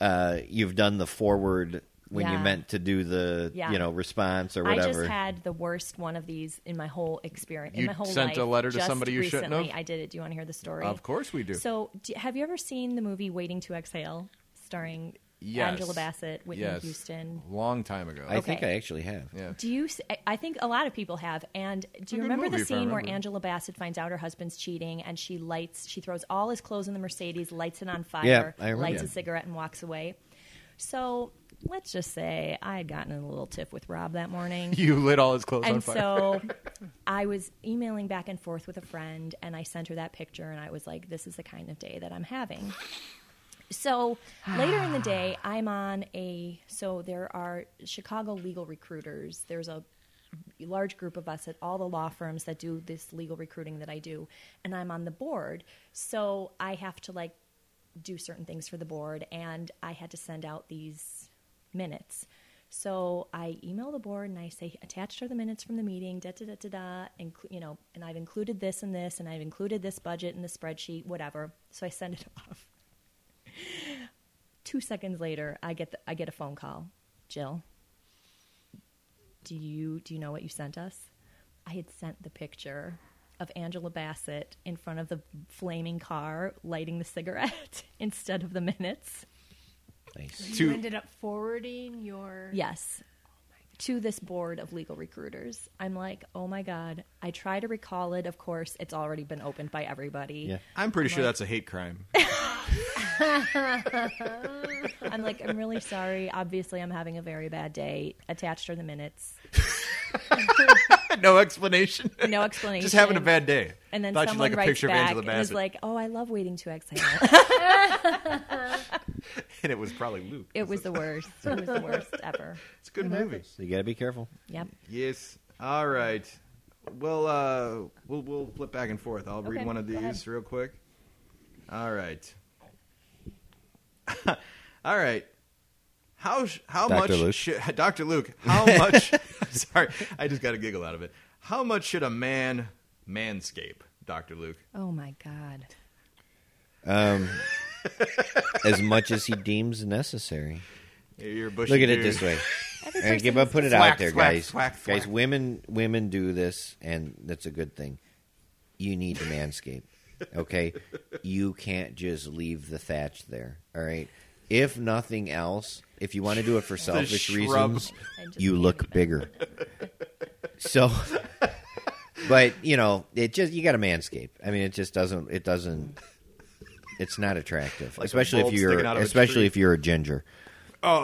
E: uh, you've done the forward when you
B: Yeah.
E: meant to do the
B: Yeah.
E: you know response or
B: I
E: whatever.
B: just had the worst one of these in my whole experience.
A: You
B: in my whole
A: sent
B: life.
A: a letter to
B: Just
A: somebody you shouldn't
B: recently
A: have?
B: I did it. Do you want to hear the story?
A: Of course we do.
B: So, do, have you ever seen the movie Waiting to Exhale, starring
A: Yes.
B: Angela Bassett, Whitney
A: yes.
B: Houston?
A: Long time ago.
E: I think
B: okay.
E: I actually have.
A: Yeah.
B: Do you? s- I- I think a lot of people have. And do
A: good
B: you remember
A: movie,
B: the
A: if I
B: scene where
A: remember.
B: Angela Bassett finds out her husband's cheating, and she lights, she throws all his clothes in the Mercedes, lights it on fire,
E: Yeah, I remember.
B: lights a
E: Yeah.
B: cigarette, and walks away. So let's just say I had gotten in a little tiff with Rob that morning.
A: You lit all his clothes on
B: and
A: fire.
B: so I was emailing back and forth with a friend, and I sent her that picture, and I was like, "This is the kind of day that I'm having." So later in the day, I'm on a. So there are Chicago legal recruiters. There's a large group of us at all the law firms that do this legal recruiting that I do, and I'm on the board. So I have to like do certain things for the board, and I had to send out these minutes. So I email the board and I say, attached are the minutes from the meeting, da da da da da, and you know, and I've included this and this, and I've included this budget in the spreadsheet, whatever. So I send it off. Two seconds later, I get the, I get a phone call, Jill do you do you know what you sent us i had sent the picture of angela bassett in front of the flaming car lighting the cigarette instead of the minutes
E: Nice.
D: You
A: To-
D: ended up forwarding your
B: yes to this board of legal recruiters i'm like oh my god i try to recall it of course it's already been opened by everybody
E: Yeah.
A: I'm pretty sure that's a hate crime.
B: i'm like i'm really sorry obviously i'm having a very bad day attached are the minutes
A: no explanation.
B: no explanation
A: Just having a bad day.
B: and then
A: Thought you'd
B: someone
A: like a
B: writes
A: picture of
B: back
A: Angela
B: and is
A: Bassett.
B: like, "Oh, I love waiting to exhale."
A: and it was probably Luke.
B: It was the worst. It was the worst ever.
A: It's a good movie.
E: So you got to be careful.
B: Yep.
A: Yes. All right. Well, uh, we'll we'll flip back and forth. I'll read
B: Okay,
A: one of
B: go ahead.
A: these real quick. All right. All right. How sh- how
E: Dr.
A: much
E: Luke.
A: should Dr. Luke? How much? sorry, I just got a giggle out of it. How much should a man manscape, Dr. Luke?
B: Oh my god.
E: Um, as much as he deems necessary.
A: You're a bushy
E: Look at it
A: dude.
E: this way.
B: Every
E: All right, give up.
B: person's-
E: Put it
A: Thwack,
E: out there,
A: thwack,
E: guys.
A: thwack, thwack.
E: Guys, women women do this, and that's a good thing. You need to manscape. Okay, you can't just leave the thatch there. All right. If nothing else, if you want to do it for selfish
A: shrub.
E: reasons,
B: I just
E: you
B: can't.
E: look bigger. So, but you know, it just you got to manscape. I mean, it just doesn't. It doesn't. It's not attractive,
A: Like a
E: especially if
A: bulb
E: you're
A: sticking out of a
E: especially
A: tree.
E: if you're a ginger.
B: Oh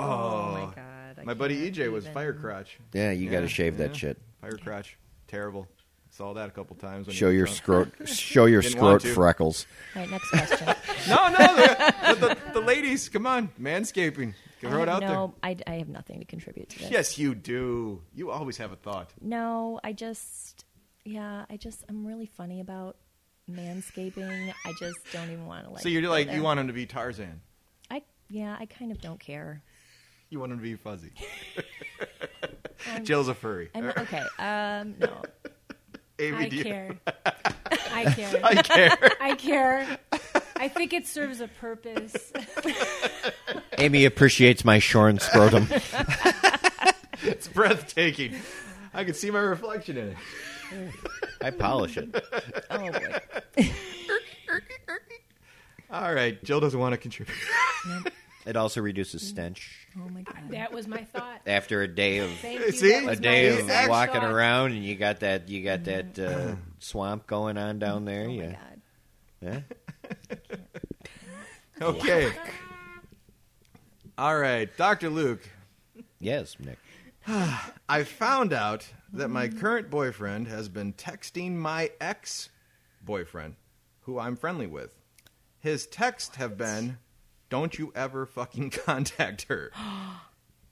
B: my god! I
A: My buddy
B: can't
A: EJ was
B: even-
A: fire crotch.
E: Yeah, you got
A: Yeah,
E: to shave
A: yeah.
E: that shit.
A: Fire crotch, terrible. Saw that a couple times. When he
E: Show
A: was
E: your
A: drunk.
E: scrot. Show your
A: Didn't want
E: scrot
A: to.
E: freckles.
B: All right, next question.
A: No, no, the, the, the, the ladies, come on, manscaping.
B: I
A: Throw it
B: have
A: out
B: no, I, I have nothing to contribute to
A: there.
B: this.
A: Yes, you do. You always have a thought.
B: No, I just, yeah, I just, I'm really funny about manscaping. I just don't even want to like.
A: so you're
B: go
A: like,
B: there.
A: you want him to be Tarzan.
B: I yeah, I kind of don't care.
A: You want him to be fuzzy.
B: I'm-
A: Jill's a furry.
B: I'm okay. Um, no,
A: Amy,
D: I
A: do you-
D: care. I care.
A: I care.
D: I care. I think it serves a purpose.
E: Amy appreciates my shorn scrotum.
A: It's breathtaking. I can see my reflection in it.
E: I polish it.
B: oh boy,
A: All right, Jill doesn't want to contribute.
E: It also reduces stench.
B: oh my god.
D: That was my thought.
E: After a day of
D: Thank you.
A: See?
D: That
E: a
D: was
E: day
D: my
E: of
D: first
E: walking
D: thought.
E: around, and you got that you got that uh, swamp going on down there.
B: Oh my
E: yeah,
B: god.
E: yeah.
B: Oh
A: Okay. All right, Dr. Luke,
E: yes, Nick.
A: I found out that my current boyfriend has been texting my ex boyfriend, who I'm friendly with. His texts have been, Don't you ever fucking contact her.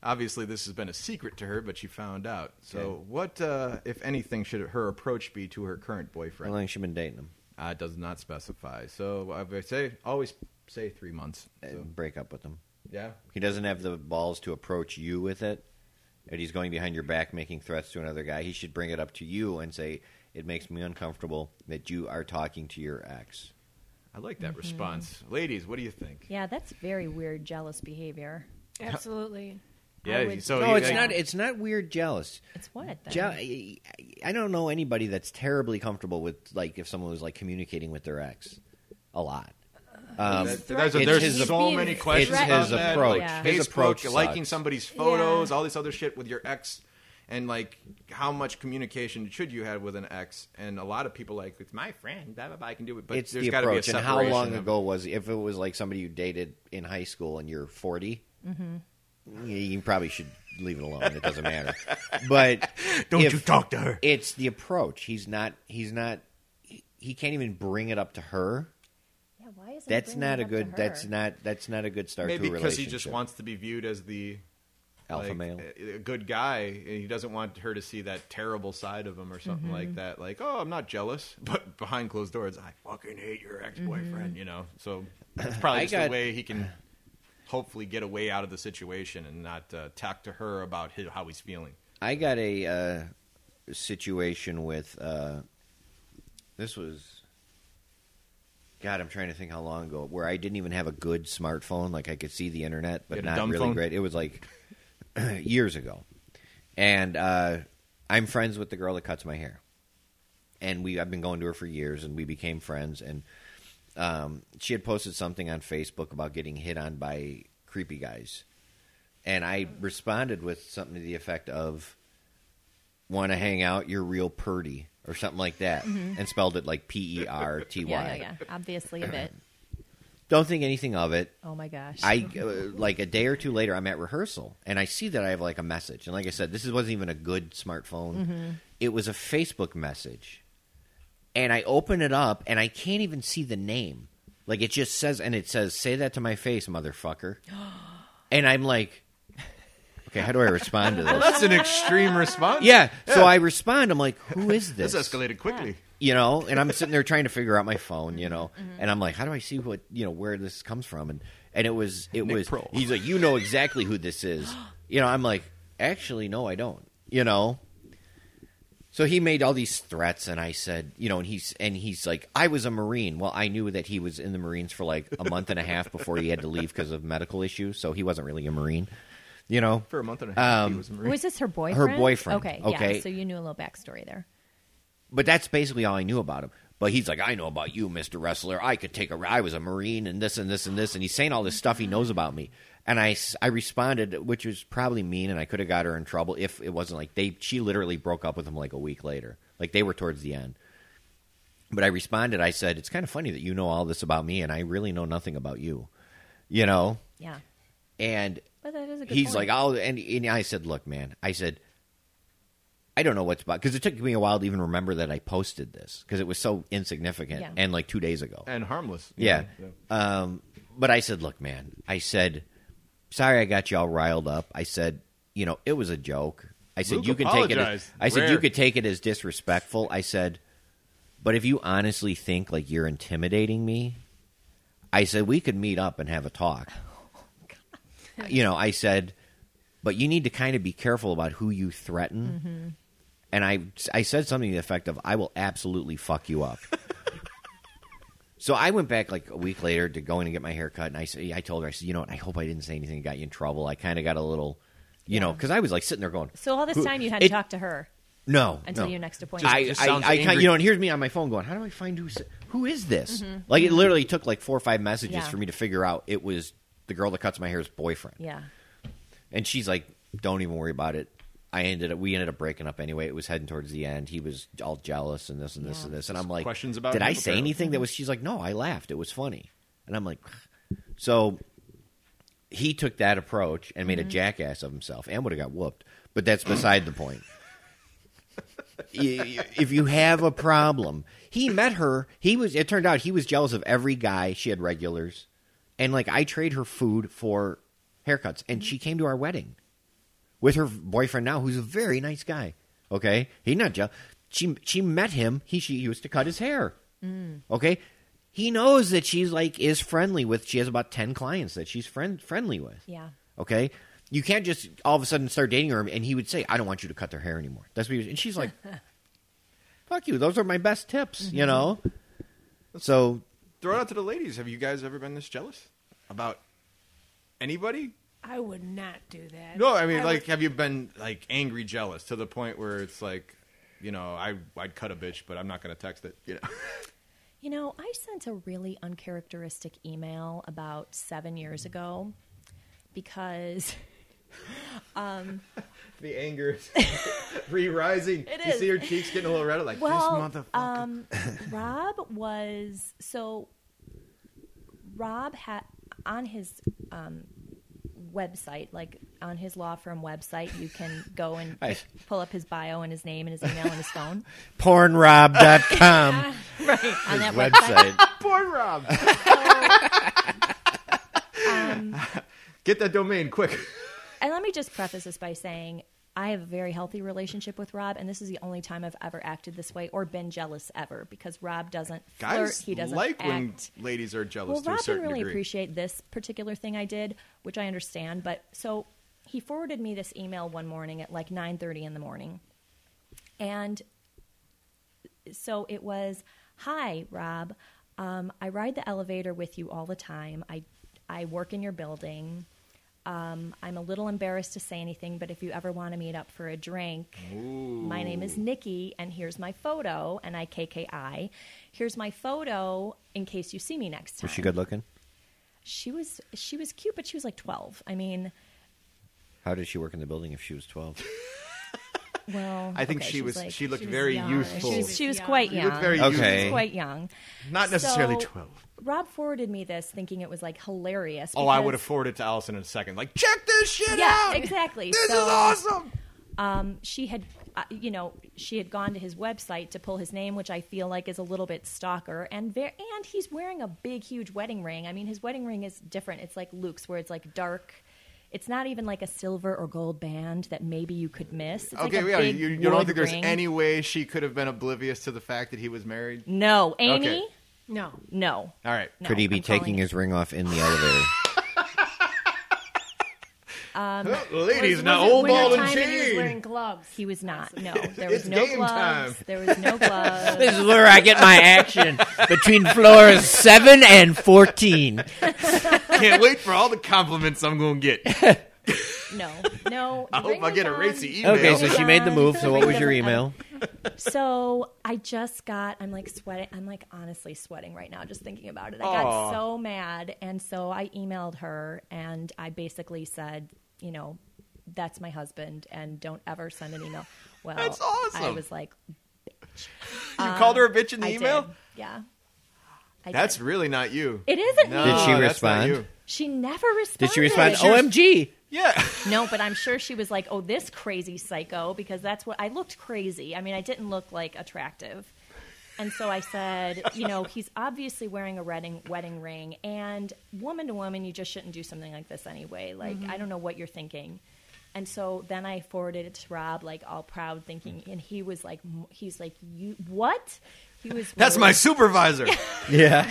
A: Obviously, this has been a secret to her, but she found out. So,
E: Okay.
A: what, uh, if anything, should her approach be to her current
E: How
A: boyfriend?
E: long she been dating him?
A: Uh, it does not specify. So, I would say, always say three months.
E: Uh,
A: So,
E: break up with him.
A: yeah.
E: He doesn't have the balls to approach you with it, and he's going behind your back making threats to another guy. He should bring it up to you and say, "It makes me uncomfortable that you are talking to your ex."
A: I like that response. Ladies, what do you think?
B: Yeah, that's very weird, jealous behavior.
D: Absolutely.
B: I would-
A: so
E: No,
A: you-
E: it's not. It's not weird. Jealous.
B: It's what then?
E: Jell- I I don't know anybody that's terribly comfortable with like if someone was like communicating with their ex a lot. Um,
A: That- there's
E: it's
A: there's
E: his
A: so
D: appro-
A: many
D: it's
A: questions.
D: his
A: about that,
E: approach.
A: Like
E: His
A: Facebook,
E: approach
A: liking
E: sucks.
A: somebody's photos,
D: Yeah.
A: all this other shit with your ex, and like how much communication should you have with an ex? And a lot of people like it's my friend, blah blah blah. I can do it, but
E: it's
A: there's
E: the
A: got to be a
E: approach. And
A: separation.
E: how long
A: of-
E: ago was if it was like somebody you dated in high school and you're 40?
A: Mm-hmm.
E: You, you probably should leave it alone. It doesn't matter. But
A: Don't
E: if-
A: you talk to her?
E: It's the approach. He's not. He's not. He, he can't even bring it up to her.
B: Yeah, why isn't he
E: That's
B: bringing
E: not
B: it
E: a
B: up to
E: good. That's
B: her?
E: not. That's not a good start
A: Maybe
E: to a
A: because
E: relationship.
A: he just wants to be viewed as the
E: alpha
A: like,
E: male.
A: a- a good guy, and he doesn't want her to see that terrible side of him or something like that. Like, oh, I'm not jealous, but behind closed doors, I fucking hate your ex boyfriend. You know, so it's probably
E: I
A: just
E: got-
A: a way he can hopefully get away out of the situation and not uh, talk to her about his, how he's feeling.
E: I got a uh, situation with uh, this was God. I'm trying to think how long ago where I didn't even have a good smartphone. Like I could see the internet,
A: You
E: but
A: had a
E: not
A: dumb
E: really
A: phone?
E: great. It was like years ago, and uh, I'm friends with the girl that cuts my hair, and we I've been going to her for years, and we became friends. And um, she had posted something on Facebook about getting hit on by creepy guys and I responded with something to the effect of "Want to hang out? You're real purty" or something like that, and spelled it like P E R T Y.
B: Mm-hmm. Yeah, yeah, yeah. Obviously a bit.
E: Don't think anything of it.
B: Oh my gosh.
E: I uh, like a day or two later, I'm at rehearsal and I see that I have like a message. And like I said, this is- wasn't even a good smartphone. It was a Facebook message, and I open it up and I can't even see the name. Like it just says, and it says, "Say that to my face, motherfucker." and I'm like, okay, how do I respond to this?
A: That's an extreme response.
E: Yeah. So I respond. I'm like, who is this?
A: this escalated quickly.
E: You know, and I'm sitting there trying to figure out my phone. You know, and I'm like, how do I see what you know where this comes from? And and it was it
A: Nick
E: was
A: Kroll.
E: he's like, you know exactly who this is. You know, I'm like, actually, no, I don't. You know. So he made all these threats, and I said, you know, and he's and he's like, I was a Marine. Well, I knew that he was in the Marines for like a month and a half before he had to leave because of medical issues, so he wasn't really a Marine. You know,
A: For a month and a half, he
E: Um,
A: was a Marine.
B: was Oh, this her boyfriend?
E: boyfriend,
B: Okay,
E: okay.
B: yeah. So you knew a little backstory there.
E: but that's basically all I knew about him. But he's like, I know about you, Mister Wrestler. I could take a. I was a Marine and this and this and this, and he's saying all this stuff he knows about me. And I, s- I responded, which was probably mean, and I could have got her in trouble if it wasn't like they. She literally broke up with him like a week later. Like they were towards the end. But I responded, I said, It's kind of funny that you know all this about me, and I really know nothing about you. You know?
B: Yeah.
E: And
B: But that is a good
E: he's
B: point.
E: like, oh, and, and I said, look, man, I said, I don't know what's about because it took me a while to even remember that I posted this because it was so insignificant
B: Yeah.
E: and like two days ago.
A: and harmless. you
E: Yeah.
A: know,
E: Um, but I said, look, man, I said, sorry I got you all riled up. I said, you know, it was a joke. I said,
A: Luke
E: you can take it. As,
A: apologized.
E: I said, you
A: Rare.
E: could take it as disrespectful. I said, but if you honestly think like you're intimidating me, I said, we could meet up and have a talk.
B: Oh,
E: you know, I said, but you need to kind of be careful about who you threaten.
B: Mm-hmm.
E: And I, I said something to the effect of, I will absolutely fuck you up. So I went back like a week later to go in and get my hair cut, and I said, I told her, I said, you know what, I hope I didn't say anything that got you in trouble. I kind of got a little, you know, 'cause know, because I was like sitting there going,
B: So all this
E: Who-
B: time you hadn't
E: it-
B: talked to her
E: no,
B: until
E: no.
B: your next appointment.
E: I,
A: just
E: I,
A: sounds
E: I, kind-
A: angry.
E: you know, and here's me on my phone going, how do I find who's who is this? Like it literally took like four or five messages
B: Mm-hmm. Yeah.
E: for me to figure out it was the girl that cuts my hair's boyfriend.
B: yeah.
E: And she's like, "Don't even worry about it." I ended up. We ended up breaking up anyway. It was heading towards the end. He was all jealous and this and this
B: Yeah.
E: and this. And I'm like,
A: Questions about
E: Did
A: him,
E: I say
A: apparently."
E: anything that was?" She's like, "No, I laughed. It was funny." And I'm like, so he took that approach and made a jackass of himself and would have got whooped. But that's beside the point. Y- y- if you have a problem, he met her. He was. It turned out he was jealous of every guy. She had regulars, and like I trade her food for haircuts, and she came to our wedding with her boyfriend now, who's a very nice guy. Okay, he not jealous. She she met him. He she used to cut his hair. Okay, he knows that she's like is friendly with. She has about ten clients that she's friend friendly with.
B: Yeah.
E: Okay. You can't just all of a sudden start dating her, and he would say, "I don't want you to cut their hair anymore." That's what he was, and she's like, "Fuck you! Those are my best tips," you know. So
A: Throw it out to the ladies. Have you guys ever been this jealous about anybody?
D: I would not do that.
A: No, I mean,
D: would-
A: like, have you been like angry jealous to the point where it's like, you know, I I'd cut a bitch, but I'm not going to text it. You know,
B: You know, I sent a really uncharacteristic email about seven years ago because
A: the anger is re-rising.
B: It
A: you
B: is.
A: see her cheeks getting a little red. Like
B: well,
A: this motherfucker.
B: um, Rob was so. Rob had on his um, website, like on his law firm website, you can go and
E: I-
B: pull up his bio and his name and his email and his phone.
E: pornrob.com
B: on that
E: website.
A: Porn Rob.
B: um,
A: Get that domain quick.
B: And let me just preface this by saying I have a very healthy relationship with Rob, and this is the only time I've ever acted this way or been jealous ever because Rob doesn't flirt.
A: Guys
B: he doesn't
A: like
B: act.
A: when ladies are jealous
B: well,
A: to
B: Rob
A: a certain
B: didn't really
A: degree.
B: appreciate this particular thing I did, which I understand. But so he forwarded me this email one morning at like nine thirty in the morning, and so it was, "Hi, Rob. Um, I ride the elevator with you all the time. I I work in your building. Um, I'm a little embarrassed to say anything, but if you ever want to meet up for a drink, my name is Nikki, and here's my photo, and I KKI. Here's my photo in case you see me next time.
E: Was she good looking?
B: She was she was cute, but she was like twelve. I mean,
E: How did she work in the building if she was twelve?
B: well,
A: I think
B: okay,
A: she
B: she's
A: was.
B: like-
A: she looked
D: was
A: very
D: young.
A: youthful.
B: she was, she was
D: young.
B: quite
D: She
B: young.
A: looked very
B: She
E: Okay.
B: was quite young.
A: Not necessarily
B: So,
A: 12.
B: Rob forwarded me this thinking it was like hilarious.
A: Oh, I
B: because-
A: would have forwarded it to Allison in a second. Like, check this shit
B: Yeah,
A: out.
B: exactly.
A: This
B: So-
A: is awesome.
B: she had uh, you know she had gone to his website to pull his name which i feel like is a little bit stalker and ver- and he's wearing a big huge wedding ring i mean his wedding ring is different it's like luke's where it's like dark it's not even like a silver or gold band that maybe you could miss. It's like
A: okay,
B: a
A: yeah.
B: big
A: You, you don't
B: wood
A: think there's
B: ring.
A: any way she could have been oblivious to the fact that he was married?
B: No, Amy.
A: Okay.
D: no.
B: No.
A: All right.
B: No,
E: Could he be
B: I'm calling
E: taking
B: it.
E: his ring off in the elevator?
A: Ladies,
D: Was
A: now
D: it
A: old
D: winter
A: ball and
D: time he was
A: chain.
D: wearing gloves.
B: He was not. No, there was
A: It's
B: no
A: game
B: gloves.
A: time.
B: There was no gloves.
E: This is where I get my action between floors seven and fourteen.
A: Can't wait for all the compliments I'm going to get.
B: No, no. the
A: I hope
B: ring
A: I
B: was
A: get a
B: on-
A: racy email.
E: Okay, so she made the
B: Um,
E: move. So what was your
B: um,
E: email?
B: so I just got, I'm like sweating. I'm like honestly sweating right now just thinking about it. I got so mad. And so I emailed her and I basically said, you know, that's my husband and don't ever send an email. Well,
A: That's
B: I
A: awesome.
B: was like,
A: You called her a bitch in the
B: I
A: email?
B: did. Yeah. I
A: That's
B: did.
A: really not you.
B: It isn't
A: No,
B: me.
E: Did she
A: that's not
E: respond?
A: you.
B: She never responded.
E: Did she respond? "Oh,
A: She was-
E: OMG.
A: Yeah.
B: No, but I'm sure she was like, "Oh, this crazy psycho," because that's what I looked crazy. I mean, I didn't look like attractive, and so I said, "You know, he's obviously wearing a wedding wedding ring, and woman to woman, you just shouldn't do something like this anyway. Like, I don't know what you're thinking." And so then I forwarded it to Rob, like all proud, thinking, and he was like, m- "He's like, you what?" He was.
A: That's
B: really-
A: my supervisor.
E: Yeah.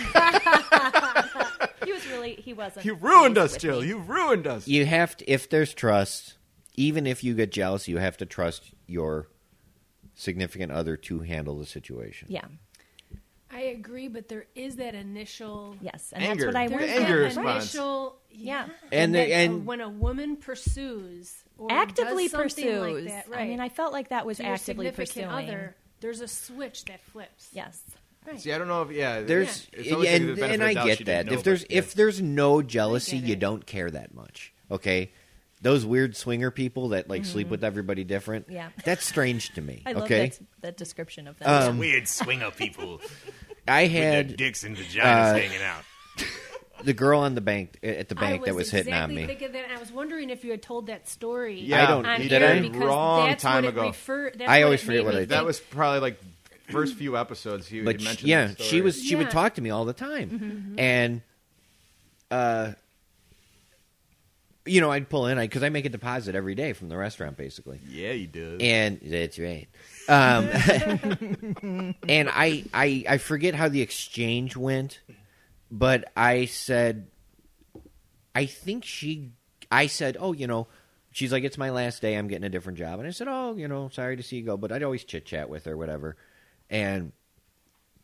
B: He was really. He wasn't.
A: you ruined
B: pleased
A: us,
B: with
A: Jill.
B: me.
A: You ruined us.
E: You have to, if there's trust, even if you get jealous, you have to trust your significant other to handle the situation.
B: Yeah.
D: I agree, but there is that initial.
B: Yes. And
A: Anger.
B: that's what I
A: The
D: There's
B: went.
A: anger
D: that
A: response.
D: initial. Yeah.
B: Yeah.
E: And
D: that,
E: the- and-
D: when a woman pursues or
B: actively
D: does something like
B: pursues.
D: that, right?
B: I mean, I felt like that was
D: to your
B: actively pursuing.
D: significant other, there's a switch that flips.
B: Yes.
D: Right.
A: See, I don't know if yeah.
E: There's
A: it's always
E: and,
A: gonna be the benefit
E: and
A: of
E: I
A: doubt
E: get
A: she didn't know,
E: that. if
A: but
E: there's
A: yeah.
E: if there's no jealousy,
D: I get
E: you
D: it.
E: don't care that much. Okay? Those weird swinger people that like sleep with everybody different.
B: Yeah.
E: That's strange to me.
B: I love
E: okay? Um,
B: that, that description of that.
F: Weird swinger people
E: I
F: with their
E: had uh,
F: dicks and vaginas hanging out.
E: the girl on the bank at the bank
D: I
E: that was hitting on
D: exactly
E: me.
D: thinking that, and I was wondering if you had told that story.
A: Yeah,
E: I don't-
D: on
E: you
D: air
E: did I?
D: because
A: Wrong
D: that's
A: time
D: what it
A: ago.
D: refer- that's
E: I
D: what
E: always
D: it
E: forget
D: made
E: what
D: me
E: I
D: think.
A: that was probably like first few episodes. You
E: but
A: had
E: sh
A: mentioned
E: yeah,
A: that Mm-hmm.
E: she
A: story.
E: was she would
D: Yeah.
E: talk to me all the time, and uh, you know, I'd pull in because I make a deposit every day from the restaurant, basically,
A: Yeah, you did.
E: and that's right. Um, and I, I I forget how the exchange went, but I said, I think she, I said, oh, you know. She's like, it's my last day. I'm getting a different job. And I said, oh, you know, sorry to see you go. But I'd always chit chat with her, whatever. And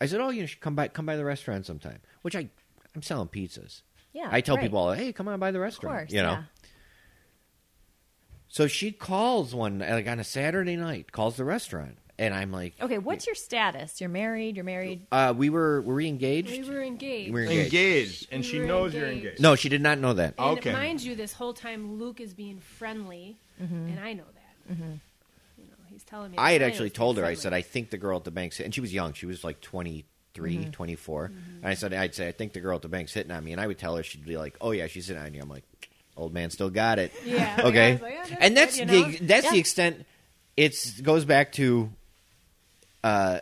E: I said, "Oh, you should come by come by the restaurant sometime." Which I I'm selling pizzas.
B: Yeah,
E: I tell
B: right.
E: people, "Hey, come on by the
B: Of
E: restaurant."
B: course.
E: you know.
B: Yeah.
E: So she calls one like on a Saturday night, calls the restaurant, and I'm like,
B: Okay, what's your status? You're married. You're married.
E: uh, "We were were we engaged?
D: We were engaged.
E: We were engaged.
A: engaged, and
D: You
A: she
D: were
A: knows you're
D: engaged.
A: engaged.
E: No, she did not know that.
D: and
A: Okay.
D: mind you, this whole time Luke is being friendly,
B: Mm-hmm.
D: and I know that. You know, he's telling me.
E: I had
D: that
E: actually
D: was
E: told her. I
D: friendly.
E: said, "I think the girl at the bank's," and she was young. She was like 23,
D: Mm-hmm.
E: 24. And I said, "I'd say I think the girl at the bank's hitting on me," and I would tell her she'd be like, "Oh yeah, she's hitting on you." I'm like, "Old man still got it."
D: Yeah. I
E: okay
D: was like, "Yeah,
E: and that's
D: good,
E: the
D: you know?"
E: that's the
B: Yeah.
E: extent it's goes back to uh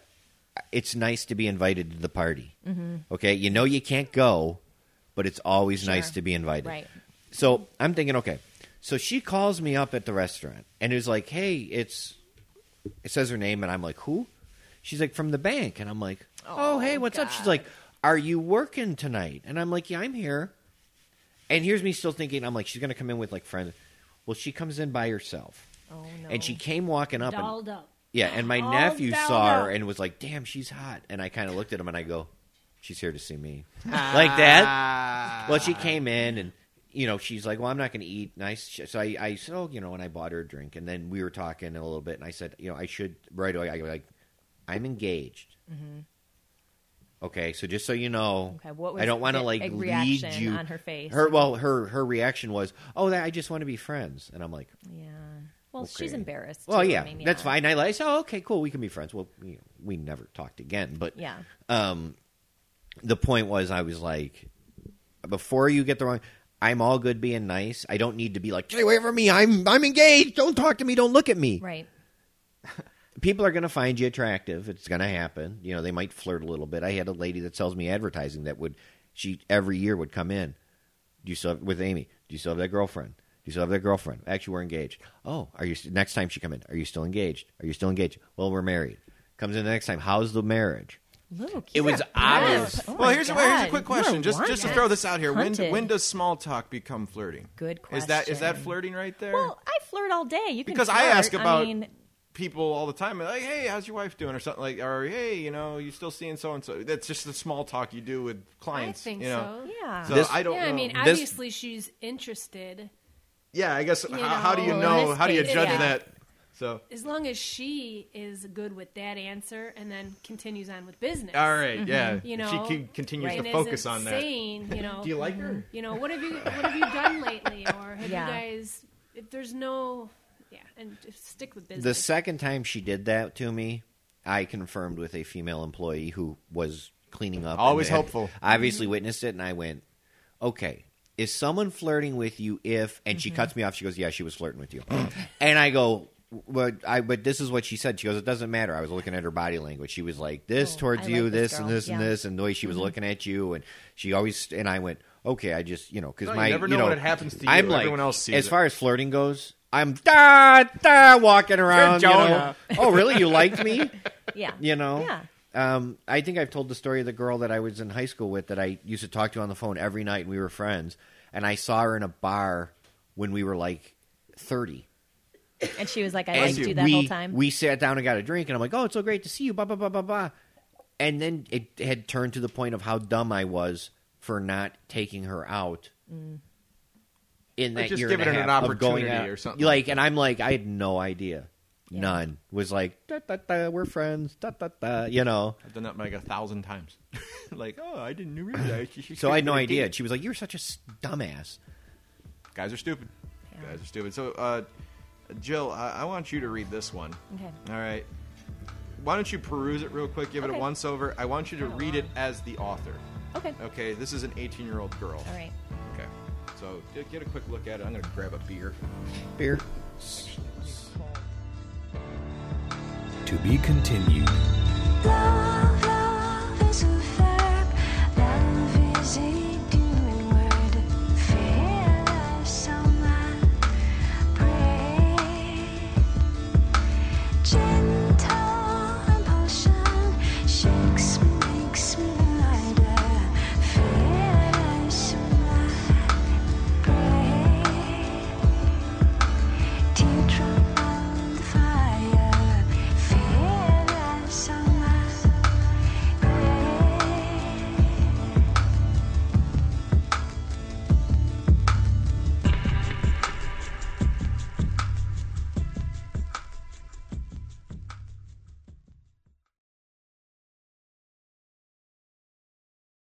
E: it's nice to be invited to the party
D: Mm-hmm.
E: okay you know you can't go but it's always nice
B: Sure.
E: to be invited
B: Right.
E: so i'm thinking okay so she calls me up at the restaurant and is like hey it's it says her name and i'm like who she's like from the bank and i'm like oh, hey what's up she's like are you working tonight and i'm like yeah i'm here and here's me still thinking, I'm like, she's gonna come in with like friends. Well, she comes in by herself,
B: Oh no.
E: and she came walking up, and,
D: dolled up.
E: yeah. And my
D: All
E: nephew
D: dolled
E: saw her
D: up.
E: and was like, "Damn, she's hot." And I kind of looked at him and I go, "She's here to see me," like that. Well, she came in and you know she's like, "Well, I'm not gonna eat." And I s- so I, I said, "Oh, you know," and I bought her a drink, and then we were talking a little bit, and I said, "You know, I should right away." I go like, "I'm engaged." Okay, so just so you know,
B: Mm-hmm. Okay, what was
E: I don't want to
B: the-
E: like
B: a
E: lead
B: reaction
E: you
B: on her face?
E: Her well, her her reaction was, "Oh, that, I just want to be friends," and I'm like,
B: Yeah. Well, she's
E: Okay.
B: embarrassed.
E: "Well,
B: too.
E: yeah,
B: I mean,
E: that's fine." I like, "Oh, okay, cool, we can be friends." Well, we, we never talked again, but
B: Yeah.
E: um, the point was, I was like, before you get the wrong, I'm all good being nice. I don't need to be like, "Stay away from me. I'm I'm engaged. Don't talk to me. Don't look at me."
B: Right.
E: people are going to find you attractive. It's going to happen. You know, they might flirt a little bit. I had a lady that sells me advertising that would she every year would come in. Do you still have, with Amy? Do you still have that girlfriend? Do you still have that girlfriend? Actually, we're engaged. Oh, are you st- next time she come in? Are you still engaged? Are you still engaged? Well, we're married. Comes in the next time. How's the marriage?
B: Luke.
E: It
B: you
E: was
B: are
E: obvious.
B: pleb. Oh
A: well,
B: my
A: here's a, well, here's a
B: God.
A: quick
B: You are
A: question. Just just to
B: wild.
A: throw this out here, when,
B: Hunted.
A: when does small talk become flirting?
B: Good
A: Is that is that
B: question.
A: flirting right there?
B: Well, I flirt all day. You can
A: because I ask
B: flirt.
A: about
B: I mean,
A: people all the time, like, "Hey, how's your wife doing?" or something like, or "Hey, you know, you still seeing so and so?" That's just the small talk you do with
D: I
A: clients.
D: think
A: you know?
D: so.
B: yeah.
A: So
E: This-
A: I don't.
D: Yeah, I
A: know.
D: mean,
E: This-
D: obviously she's interested.
A: yeah, I guess.
D: you
A: how, how do you
D: know,
B: in
A: know?
B: this
A: How do you
B: case,
A: judge
D: yeah.
A: that? So
D: As long as she is good with that answer and then continues on with business.
A: all right, yeah,
D: You know,
A: she can, continues
B: right.
D: And
A: to
D: isn't
A: focus on that.
D: saying, you know,
A: Do you like
B: Mm-hmm.
A: her?
D: you know, what have you what have you done lately, or have
B: Yeah.
D: you guys? If there's no, yeah, and just stick with business.
E: The second time she did that to me, I confirmed with a female employee who was cleaning up. and
A: Always
E: had
A: helpful.
E: Obviously
B: Mm-hmm.
E: witnessed it, and I went, "Okay, is someone flirting with you?" If and
B: Mm-hmm.
E: she cuts me off, she goes, "Yeah, she was flirting with you," and I go. But I but this is what she said. She goes, "It doesn't matter." I was looking at her body language. She was like this
B: Oh,
E: towards
B: I
E: you,
B: like
E: this,
B: this
E: and
B: girl.
E: this and
B: Yeah. Mm-hmm.
E: this, and the way she was looking at you, and she always. And I went, "Okay, I just you know because
A: No, you
E: my
A: never
E: you
A: know
E: know
A: when it happens to you.
E: I'm like
A: Everyone else sees
E: as
A: it.
E: far as flirting goes, I'm da da walking around. You know.
A: Jonah.
E: Oh, really? You liked me?
B: Yeah.
E: You know?
B: Yeah.
E: Um, I think I've told the story of the girl that I was in high school with that I used to talk to on the phone every night, and we were friends. And I saw her in a bar when we were like thirty.
B: And she was like, I liked
E: And
B: you that
E: we,
B: whole time.
E: We sat down and got a drink, and I'm like, "Oh, it's so great to see you." Blah blah blah blah blah. And then it had turned to the point of how dumb I was for not taking her out in
A: Mm. Or
E: that
A: just
E: year
A: give
E: and
A: it
E: a
A: an
E: half of going
A: opportunity
E: out.
A: or something
E: Like,
A: like that.
E: and I'm like, I had no idea.
B: Yeah.
E: None was like, da, da, da, we're friends. Da, da, da, you know.
A: I've done that like a thousand times. like, oh, I didn't realize. She, she-
E: So I had no
A: she-
E: idea. And She was like, "You're such a s- dumbass."
A: Guys are stupid.
B: Yeah.
A: Guys are stupid. So, uh, Jill, I, I want you to read this one.
B: Okay.
A: All right. Why don't you peruse it real quick? Give it
B: Okay.
A: a once over. I want you to
B: Kinda
A: read it
B: long.
A: as the author.
B: okay.
A: Okay, this is an 18 year old girl.
B: All right.
A: Okay. So get- get a quick look at it. I'm going to grab a beer.
E: Beer.
G: To be continued.
H: Go